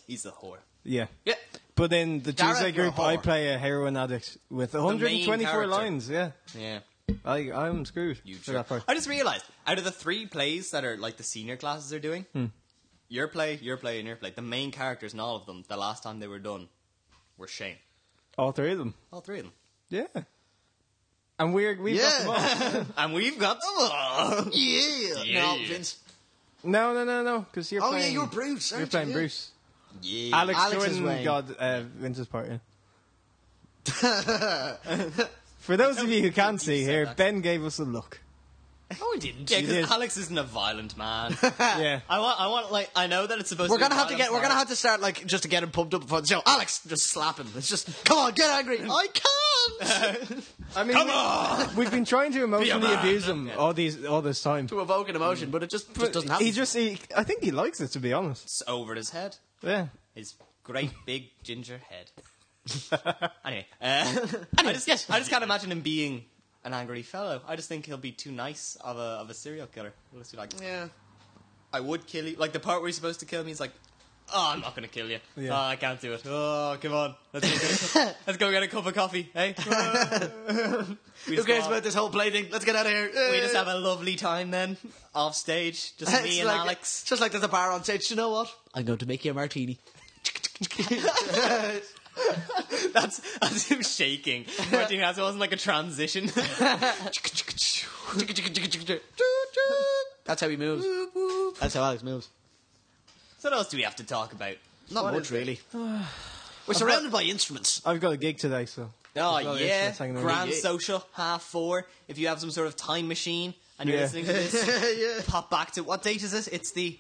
Speaker 3: He's a whore.
Speaker 2: yeah.
Speaker 1: Yeah.
Speaker 2: But in the
Speaker 1: Dara,
Speaker 2: Tuesday
Speaker 1: you're a
Speaker 2: group, I
Speaker 1: whore.
Speaker 2: play a heroin addict with
Speaker 3: main
Speaker 2: 124
Speaker 3: character.
Speaker 2: lines. Yeah.
Speaker 3: Yeah.
Speaker 2: I I'm screwed
Speaker 3: You
Speaker 2: for
Speaker 3: jerk.
Speaker 2: that part.
Speaker 3: I just realized out of the three plays that are like the senior classes are doing,
Speaker 2: Hmm.
Speaker 3: your play, your play, and your play, the main characters in all of them, the last time they were done, were Shane.
Speaker 2: All three of them.
Speaker 3: All three of them.
Speaker 2: Yeah. And we're, we've
Speaker 1: Yeah.
Speaker 2: got them all.
Speaker 3: And we've got.
Speaker 1: yeah. No,
Speaker 3: Yeah.
Speaker 1: Vince.
Speaker 2: No, no, no, no, because you're
Speaker 1: Oh,
Speaker 2: playing.
Speaker 1: yeah, you're Bruce.
Speaker 2: You're
Speaker 1: aren't
Speaker 2: playing
Speaker 1: you?
Speaker 2: Bruce.
Speaker 3: Yeah.
Speaker 2: Alex,
Speaker 1: Alex is
Speaker 2: Jordan
Speaker 1: Wayne.
Speaker 2: got uh, Vince's part in. For those of you who can't see
Speaker 3: said
Speaker 2: here,
Speaker 3: that.
Speaker 2: Ben gave us a look.
Speaker 3: No, I didn't. Yeah,
Speaker 2: You
Speaker 3: because
Speaker 2: did.
Speaker 3: Alex isn't a violent man.
Speaker 2: yeah.
Speaker 3: I want. I want. Like, I know that it's supposed.
Speaker 1: We're
Speaker 3: to be
Speaker 1: gonna
Speaker 3: a
Speaker 1: have to get.
Speaker 3: violent
Speaker 1: We're gonna
Speaker 3: part.
Speaker 1: have to start like just to get him pumped up before the show. Alex, just slap him. It's just come on, get angry. I can't.
Speaker 2: I mean,
Speaker 3: Come
Speaker 2: we-
Speaker 3: on.
Speaker 2: we've been trying to emotionally
Speaker 3: man.
Speaker 2: abuse him all these all this time.
Speaker 1: to evoke an emotion, but it just, just
Speaker 2: But
Speaker 1: doesn't happen.
Speaker 2: he just he, I think he likes it to be honest.
Speaker 3: It's over his head.
Speaker 2: Yeah.
Speaker 3: His great big ginger head. anyway, uh, I just yes, I just can't imagine him being an angry fellow. I just think he'll be too nice of a of a serial killer. He'll just be like,
Speaker 1: yeah.
Speaker 3: I would kill you. Like the part where he's supposed to kill me, he's like, "Oh, I'm not gonna kill you.
Speaker 2: Yeah.
Speaker 3: Oh, I can't do it. Oh, come on, let's go get a, let's go get a cup of coffee. Hey, We
Speaker 1: Who
Speaker 3: just
Speaker 1: cares
Speaker 3: go
Speaker 1: about
Speaker 3: off-
Speaker 1: this whole play thing? Let's get out of here.
Speaker 3: We just have a lovely time then, off stage, just me and
Speaker 1: like,
Speaker 3: Alex.
Speaker 1: Just like there's a bar on stage. You know what? I'm going to make you a martini.
Speaker 3: That's that's him shaking. Martin has it wasn't like a transition.
Speaker 1: That's how he moves. That's how Alex moves.
Speaker 3: so what else do we have to talk about?
Speaker 1: Not
Speaker 3: What
Speaker 1: much
Speaker 3: is it?
Speaker 1: really. We're surrounded by instruments.
Speaker 2: I've got a gig today, so
Speaker 3: Oh
Speaker 2: Well,
Speaker 3: yeah,
Speaker 2: it's the second
Speaker 3: grand
Speaker 1: one.
Speaker 3: social half four. If you have some sort of time machine and you're
Speaker 2: Yeah.
Speaker 3: listening to this,
Speaker 1: yeah.
Speaker 3: pop back to what date is this? It's the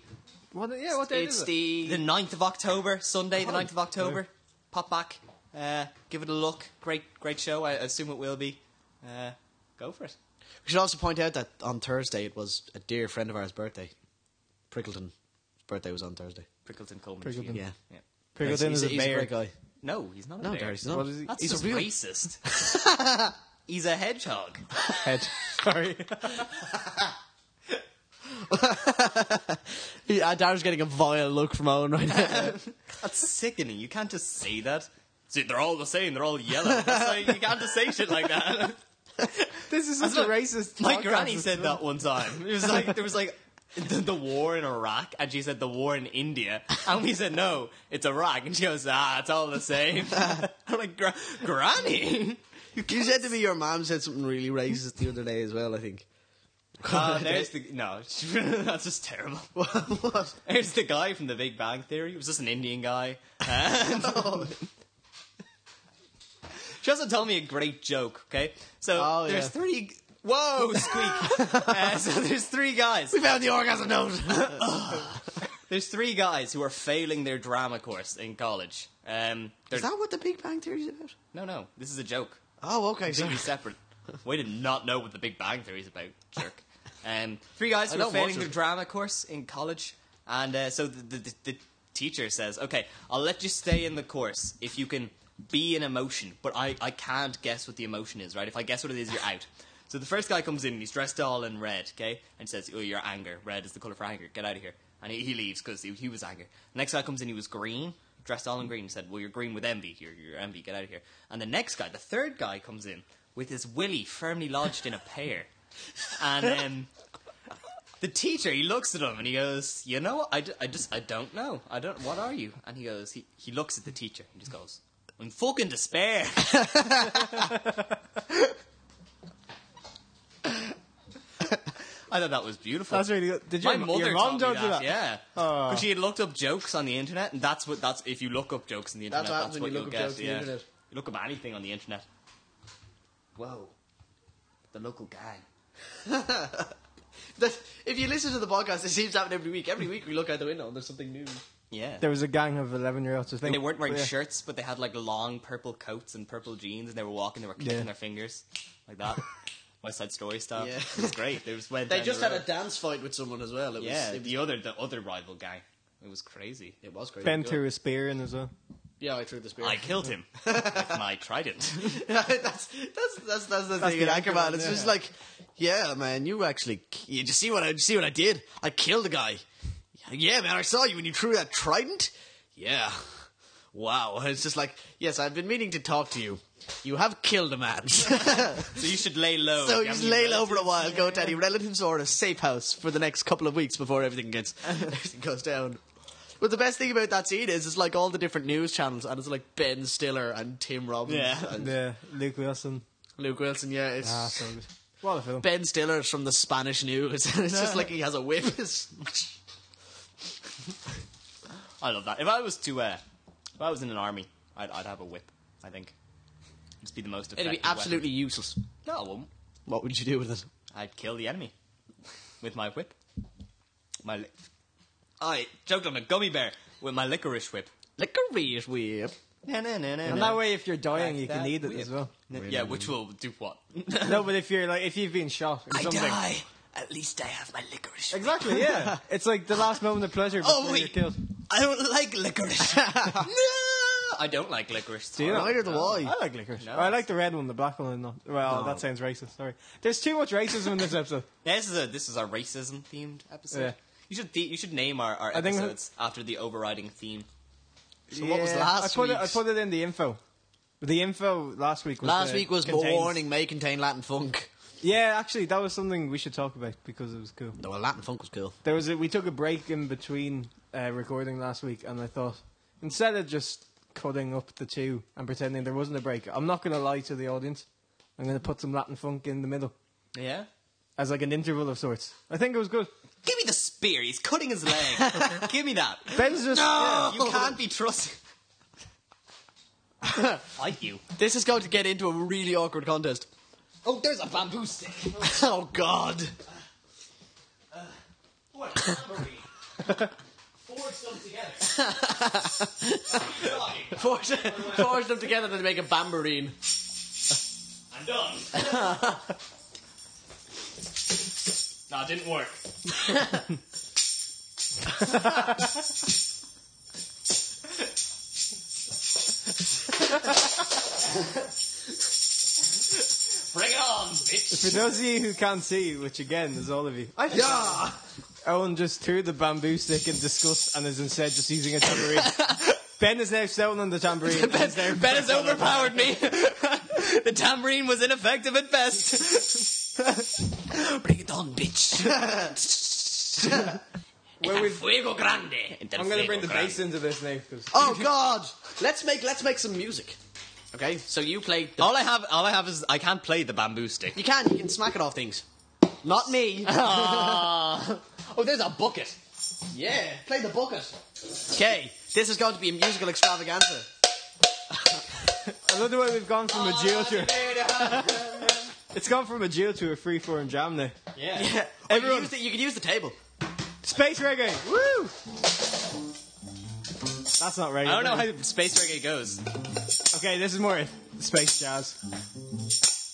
Speaker 2: what, yeah, what day
Speaker 1: It's
Speaker 2: is it?
Speaker 1: the,
Speaker 3: the 9th of October, Sunday,
Speaker 1: Oh,
Speaker 3: the 9th of October. Pop back, uh, give it a look. Great, great show. I assume it will be. Uh, go for it.
Speaker 1: We should also point out that on Thursday it was a dear friend of ours' birthday. Prickleton's birthday was on Thursday.
Speaker 3: Prickleton Coleman.
Speaker 2: Prickleton.
Speaker 3: Yeah.
Speaker 1: Yeah.
Speaker 3: yeah.
Speaker 2: Prickleton
Speaker 1: he's,
Speaker 2: is a
Speaker 1: he's
Speaker 2: bear.
Speaker 1: great guy.
Speaker 3: No, he's not a
Speaker 1: No,
Speaker 3: bear.
Speaker 1: Darius, he's not.
Speaker 2: What is he?
Speaker 3: That's
Speaker 1: he's
Speaker 3: just
Speaker 1: a real-
Speaker 3: racist. he's a hedgehog.
Speaker 2: Head. Sorry.
Speaker 1: Yeah, Darren's uh, getting a vile look from Owen right now.
Speaker 3: That's sickening. You can't just say that. See, they're all the same. They're all yellow. That's like, you can't just say shit like that.
Speaker 2: this is such
Speaker 3: That's
Speaker 2: a
Speaker 3: what-
Speaker 2: racist.
Speaker 3: My
Speaker 2: podcast.
Speaker 3: granny said that one time. It was like there was like the, the war in Iraq, and she said the war in India, and we said no, it's Iraq, and she goes, ah, it's all the same. I'm like, Gra- granny.
Speaker 1: you said to me your mom said something really racist the other day as well, I think.
Speaker 3: Oh, there's the no. that's just terrible.
Speaker 1: what?
Speaker 3: There's the guy from The Big Bang Theory. It was just an Indian guy. And she also told me a great joke. Okay, so
Speaker 1: Oh,
Speaker 3: there's
Speaker 1: yeah.
Speaker 3: three. Whoa, squeak! Uh, so there's three guys.
Speaker 1: We found the orgasm note!
Speaker 3: There's three guys who are failing their drama course in college. Um, they're-
Speaker 1: is that what the Big Bang Theory is about?
Speaker 3: no, no, this is a joke.
Speaker 1: Oh, okay.
Speaker 3: Completely
Speaker 1: Sorry.
Speaker 3: separate. Way to not know what the Big Bang Theory is about, jerk. Um, three
Speaker 1: I
Speaker 3: guys who are
Speaker 1: don't
Speaker 3: failing
Speaker 1: watch
Speaker 3: their
Speaker 1: it.
Speaker 3: drama course in college, and uh, so the, the, the, the teacher says, "Okay, I'll let you stay in the course if you can be an emotion, but I, I can't guess what the emotion is. Right? If I guess what it is, you're out." So the first guy comes in, he's dressed all in red, okay, and says, "Oh, you're anger. Red is the color for anger. Get out of here." And he, he leaves because he, he was anger. next guy comes in, he was green, dressed all in green. He said, "Well, you're green with envy. You're, you're envy. Get out of here." And the next guy, the third guy, comes in with his willy firmly lodged in a pear, and um, the teacher he looks at him and he goes, "You know, what? I, d- I just I don't know. I don't. What are you?" And he goes, he he looks at the teacher and just goes, "I'm fucking despair." I thought that was beautiful.
Speaker 2: That's really good. Did
Speaker 3: My
Speaker 2: your,
Speaker 3: mother
Speaker 2: your mom
Speaker 3: taught
Speaker 2: don't
Speaker 3: me
Speaker 2: do
Speaker 3: that,
Speaker 2: that?
Speaker 3: yeah,
Speaker 2: Oh.
Speaker 3: because she had looked up jokes on the internet, and that's what that's if you look up jokes on the internet,
Speaker 1: That's what
Speaker 3: that's,
Speaker 1: happens
Speaker 3: what
Speaker 1: when you
Speaker 3: you'll
Speaker 1: look up
Speaker 3: get.
Speaker 1: jokes on the
Speaker 3: yeah.
Speaker 1: internet.
Speaker 3: You look up anything on the internet. Whoa, the local guy.
Speaker 1: That- if you listen to the podcast, it seems to happen every week. Every week we look out the window and there's something new.
Speaker 3: Yeah,
Speaker 2: There was a gang of 11 year olds, I think.
Speaker 3: They weren't wearing
Speaker 2: Oh, Yeah.
Speaker 3: shirts, but they had like long purple coats and purple jeans, and they were walking. They were clicking
Speaker 2: Yeah.
Speaker 3: their fingers like that, West Side Story style.
Speaker 1: Yeah.
Speaker 3: It was great. They just went.
Speaker 1: They
Speaker 3: down
Speaker 1: just
Speaker 3: the
Speaker 1: had a
Speaker 3: road.
Speaker 1: dance fight with someone as well. It was,
Speaker 3: yeah.
Speaker 1: it,
Speaker 3: The other, the other rival guy. It was crazy.
Speaker 1: it was crazy.
Speaker 2: Ben
Speaker 1: Good.
Speaker 2: threw a spear in as well.
Speaker 1: Yeah, I threw the spear.
Speaker 3: I killed him with my trident.
Speaker 1: that's, that's that's that's the thing
Speaker 2: the
Speaker 1: in Anchorman.
Speaker 2: Anchorman,
Speaker 1: It's just
Speaker 2: yeah.
Speaker 1: like, yeah, man, you actually you did you see what I did you see what I did. I killed a guy. Yeah, man, I saw you when you threw that trident. Yeah, wow. It's just like, yes, I've been meaning to talk to you. You have killed a man, so
Speaker 3: So you should lay low. Do you
Speaker 1: you
Speaker 3: have
Speaker 1: just
Speaker 3: any
Speaker 1: lay low for a
Speaker 3: relatives?
Speaker 1: while. Go to any relatives or a safe house for the next couple of weeks before everything gets everything goes down. But the best thing about that scene is it's like all the different news channels, and it's like Ben Stiller and Tim Robbins
Speaker 3: Yeah.
Speaker 1: and
Speaker 2: Yeah, Luke Wilson.
Speaker 1: Luke Wilson, yeah. It's
Speaker 2: Ah, so good. What a film.
Speaker 1: Ben Stiller's from the Spanish news. it's just like he has a whip. It's-
Speaker 3: I love that. If I was to, uh, if I was in an army, I'd, I'd have a whip. I think it'd be the most.
Speaker 1: It'd
Speaker 3: Effective
Speaker 1: be absolutely useless.
Speaker 3: weapon. no. I wouldn't.
Speaker 1: What would you do with it?
Speaker 3: I'd kill the enemy with my whip. My. Li- I choked on a gummy bear with my licorice whip.
Speaker 1: Licorice whip.
Speaker 3: And
Speaker 2: And that way, if you're dying, you can
Speaker 3: that
Speaker 2: eat it
Speaker 3: whip.
Speaker 2: as well.
Speaker 3: Yeah, which will do what?
Speaker 2: No, but if you're like, if you've been shot in something,
Speaker 3: At least I have my licorice.
Speaker 2: exactly, yeah, it's like the last moment of pleasure before
Speaker 3: Oh,
Speaker 2: you're
Speaker 3: wait.
Speaker 2: killed.
Speaker 3: I don't like licorice. no, I don't like licorice. Do
Speaker 2: you not?
Speaker 1: Neither do I.
Speaker 2: I like licorice.
Speaker 3: No.
Speaker 2: I like the red one, the black one. Not. Well, that sounds racist. Sorry. There's too much racism in this episode.
Speaker 3: this is a this is a racism themed episode.
Speaker 2: Yeah.
Speaker 3: You should the- you should name our, our
Speaker 2: I think-
Speaker 3: episodes after the overriding theme. So what was
Speaker 2: Yeah.
Speaker 3: last
Speaker 2: I put it. I
Speaker 3: week's?
Speaker 2: put it in the info. The info last week. Was
Speaker 1: Last
Speaker 2: the
Speaker 1: week was
Speaker 2: contains-
Speaker 1: warning may contain Latin funk.
Speaker 2: Yeah, actually, that was something we should talk about because it was cool.
Speaker 1: No, well, Latin funk was cool.
Speaker 2: There was a, we took a break in between uh, recording last week, and I thought instead of just cutting up the two and pretending there wasn't a break, I'm not going to lie to the audience. I'm going to put some Latin funk in the middle
Speaker 3: yeah.
Speaker 2: as like an interval of sorts. I think it was good.
Speaker 3: Give me the spear. He's cutting his leg. Give me that.
Speaker 2: Ben's just
Speaker 3: No,
Speaker 2: yeah.
Speaker 3: you can't be trusted. Fight you.
Speaker 1: This is going to get into a really awkward contest.
Speaker 3: Oh, there's a bamboo stick.
Speaker 1: oh God!
Speaker 3: What cavalry? Forge them together.
Speaker 1: Forge, forge them together to make a bambarine.
Speaker 3: I'm done. nah, didn't work. Bring it on, bitch.
Speaker 2: For those of you who can't see, which again is all of you, I think
Speaker 1: Yeah.
Speaker 2: Owen just threw the bamboo stick in disgust and is instead just using a tambourine. ben is now sitting on the tambourine.
Speaker 3: Ben, ben has overpowered me. the tambourine was ineffective at best. Bring it on, bitch.
Speaker 2: Well, we've-
Speaker 3: Fuego grande.
Speaker 2: I'm going to bring the bass into this now because
Speaker 1: Oh God! Let's make let's make some music. Okay, so you play. The,
Speaker 3: All I have, all I have is I can't play the bamboo stick.
Speaker 1: you can you can smack it off things. Not me.
Speaker 3: Oh, there's a bucket.
Speaker 1: yeah, play the bucket. Okay, this is going to be a musical extravaganza.
Speaker 2: I love the way we've gone from a duo to it's gone from a duo to a freeform jam now.
Speaker 3: Yeah.
Speaker 1: Yeah,
Speaker 2: Everyone-
Speaker 1: Everyone, you, can use the, you can use the table.
Speaker 2: Space reggae, woo! That's not reggae.
Speaker 3: I don't know how space reggae goes.
Speaker 2: Okay, this is more space jazz.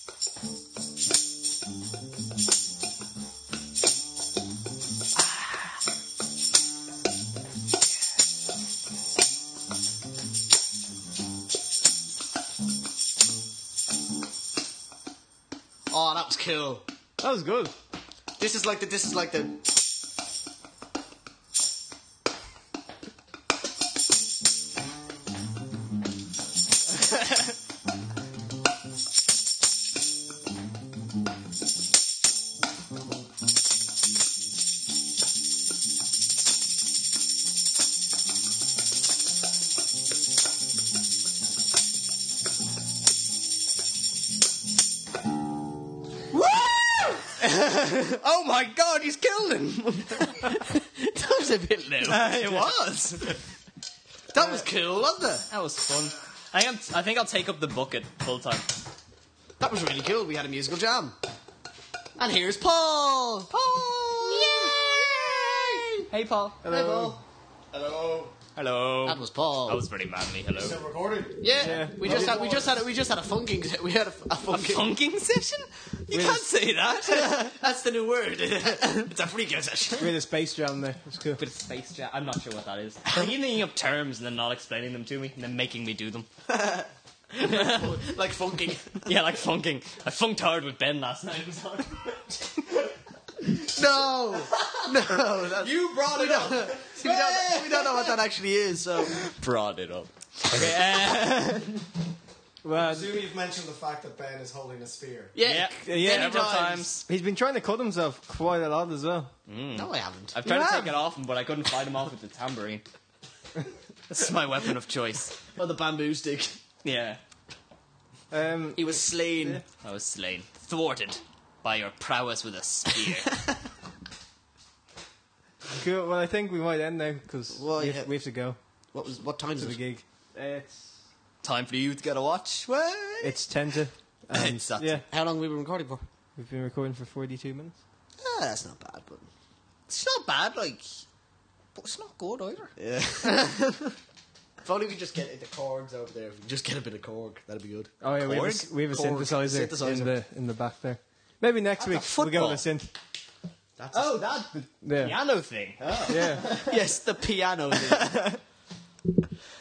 Speaker 1: Oh, that was cool.
Speaker 2: That was good.
Speaker 1: This is like the this is like the.
Speaker 3: Oh my god, he's killed him.
Speaker 1: that was a bit low.
Speaker 3: Uh, it was.
Speaker 1: that was cool, wasn't it?
Speaker 3: That was fun. I am. I think I'll take up the bucket full time.
Speaker 1: That was really cool. We had a musical jam. And here's Paul. Paul. Yay!
Speaker 3: Hey, Paul.
Speaker 1: Hey, Paul.
Speaker 4: Hello.
Speaker 3: Hello.
Speaker 1: That was Paul.
Speaker 3: That was very manly. Hello.
Speaker 4: recording?
Speaker 1: Yeah,
Speaker 2: Yeah.
Speaker 1: we just had we just had a, we just had a funking we had a, a funking.
Speaker 3: Funking session? You
Speaker 2: Really?
Speaker 3: can't say that.
Speaker 1: That's the new word. it's a freak out session.
Speaker 2: We had a space jam there. It's cool.
Speaker 3: Bit of space jam. I'm not sure what that is. Are you thinking of terms and then not explaining them to me and then making me do them?
Speaker 1: like funking.
Speaker 3: Yeah, like funking. I funked hard with Ben last night.
Speaker 1: No, no. That's,
Speaker 3: you brought it up.
Speaker 1: we, don't, we don't know what that actually is. So
Speaker 3: Brought it up.
Speaker 2: Well,
Speaker 4: I assume you've mentioned the fact that Ben is holding a spear.
Speaker 1: yeah,
Speaker 3: Yeah,
Speaker 2: yeah,
Speaker 1: many
Speaker 3: several
Speaker 1: times.
Speaker 2: he's been trying to cut himself quite a lot as well.
Speaker 1: No, I haven't.
Speaker 3: I've tried
Speaker 2: You
Speaker 3: to
Speaker 2: have.
Speaker 3: take it off him, but I couldn't fight him off with the tambourine. this is my weapon of choice.
Speaker 1: Or the bamboo stick.
Speaker 3: Yeah.
Speaker 2: Um,
Speaker 1: He was slain.
Speaker 3: I was slain, thwarted by your prowess with a spear.
Speaker 2: cool. Well, I think we might end now because
Speaker 1: Well,
Speaker 2: we,
Speaker 1: yeah.
Speaker 2: have- we have to go
Speaker 1: What was what time is
Speaker 2: to the
Speaker 1: it?
Speaker 2: gig. It's
Speaker 3: Time for you to get a watch. Well,
Speaker 2: it's ten to. and
Speaker 3: It's that-
Speaker 2: yeah,
Speaker 1: How long have we been recording for?
Speaker 2: we've been recording for forty-two minutes.
Speaker 1: Ah, that's not bad, but
Speaker 3: it's not bad, like, but it's not good either.
Speaker 1: yeah. if only we just get the cords over there. If we just get a bit of corg, that'd be good.
Speaker 2: Oh yeah, we have a,
Speaker 3: Korg?
Speaker 2: s- we have a
Speaker 1: Korg.
Speaker 2: synthesizer,
Speaker 1: Synthesizer.
Speaker 2: in the in the back there. Maybe next week we'll go with a synth.
Speaker 1: That's
Speaker 3: Oh, that
Speaker 2: Yeah,
Speaker 3: piano thing.
Speaker 2: yeah.
Speaker 1: yes, the piano. thing.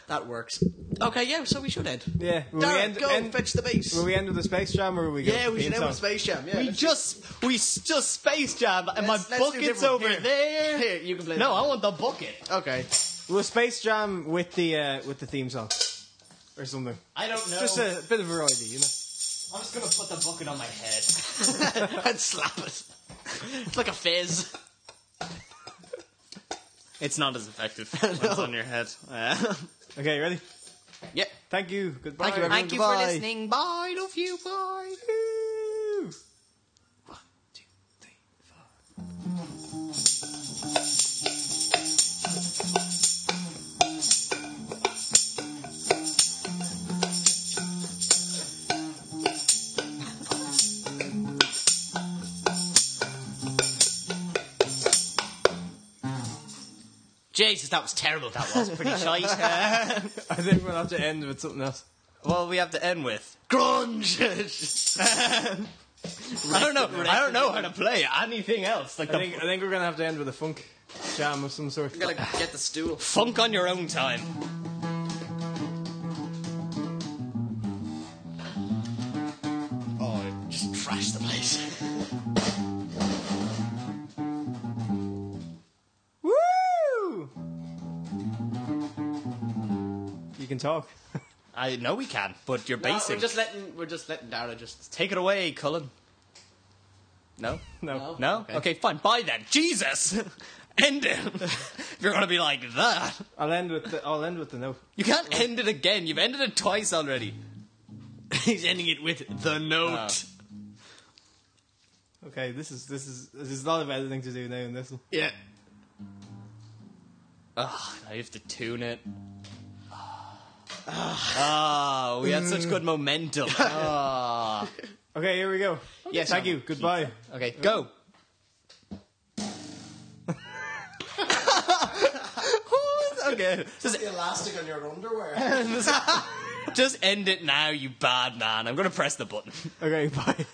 Speaker 1: that works. Okay, yeah. So we should end.
Speaker 2: Yeah, will we
Speaker 1: Darren,
Speaker 2: end-
Speaker 1: go
Speaker 2: end-
Speaker 1: fetch the bass.
Speaker 2: Will we end with a space jam or will we go?
Speaker 1: yeah,
Speaker 2: with
Speaker 1: we
Speaker 2: the
Speaker 1: should
Speaker 2: theme
Speaker 1: end with
Speaker 2: song?
Speaker 1: Space Jam. Yeah,
Speaker 3: We
Speaker 1: let's-
Speaker 3: just we s- just space jam,
Speaker 1: let's-
Speaker 3: and my
Speaker 1: let's do
Speaker 3: bucket's
Speaker 1: different-
Speaker 3: over
Speaker 1: here.
Speaker 3: there.
Speaker 1: Here, you can play.
Speaker 3: No,
Speaker 1: that.
Speaker 3: I want the bucket.
Speaker 1: okay.
Speaker 2: We'll space jam with the uh, with the theme song or something.
Speaker 3: I don't know.
Speaker 2: Just
Speaker 1: Oh.
Speaker 2: a bit of variety, you know.
Speaker 3: I'm just gonna put the bucket on my head.
Speaker 1: and slap it. It's like a fizz.
Speaker 3: It's not as effective when it's on your head.
Speaker 2: Okay, you ready?
Speaker 1: Yeah.
Speaker 2: Thank you. Goodbye.
Speaker 1: Thank you, everyone.
Speaker 3: Thank you for
Speaker 1: Goodbye.
Speaker 3: listening. Bye. Love you. Bye.
Speaker 2: Woo!
Speaker 1: Jesus, that was terrible. That was
Speaker 3: Pretty shite.
Speaker 2: I think we'll have to end with something else.
Speaker 3: well, we have to end with.
Speaker 1: grunge.
Speaker 3: I don't know. I don't know how to play anything else. Like
Speaker 2: I
Speaker 3: the
Speaker 2: think I think we're gonna have to end with a funk jam of some sort.
Speaker 1: I'm gonna get the stool.
Speaker 3: funk on your own time.
Speaker 1: Oh, just trash the place.
Speaker 2: Woo! You can talk.
Speaker 3: I know we can, but you're basic.
Speaker 1: we're just letting we're just letting Dara just.
Speaker 3: Take it away, Cullen. No?
Speaker 2: No.
Speaker 3: No?
Speaker 1: Okay.
Speaker 3: Okay, fine. Bye then. Jesus! end it. if you're going to be like that.
Speaker 2: I'll end with the, I'll end with the note.
Speaker 3: You can't end it again. You've ended it twice already.
Speaker 1: He's ending it with the note.
Speaker 2: Okay, this is this is there's a lot of editing to do now in this one.
Speaker 1: Yeah.
Speaker 3: Ugh, now you have to tune it. Ah, we had such good momentum. Ah.
Speaker 2: Okay, here we go.
Speaker 1: Yes,
Speaker 2: Thank you. Goodbye.
Speaker 3: Okay, go. okay. Just
Speaker 4: The elastic on your underwear.
Speaker 3: Just end it now, you bad man. I'm gonna press the button.
Speaker 2: Okay, bye.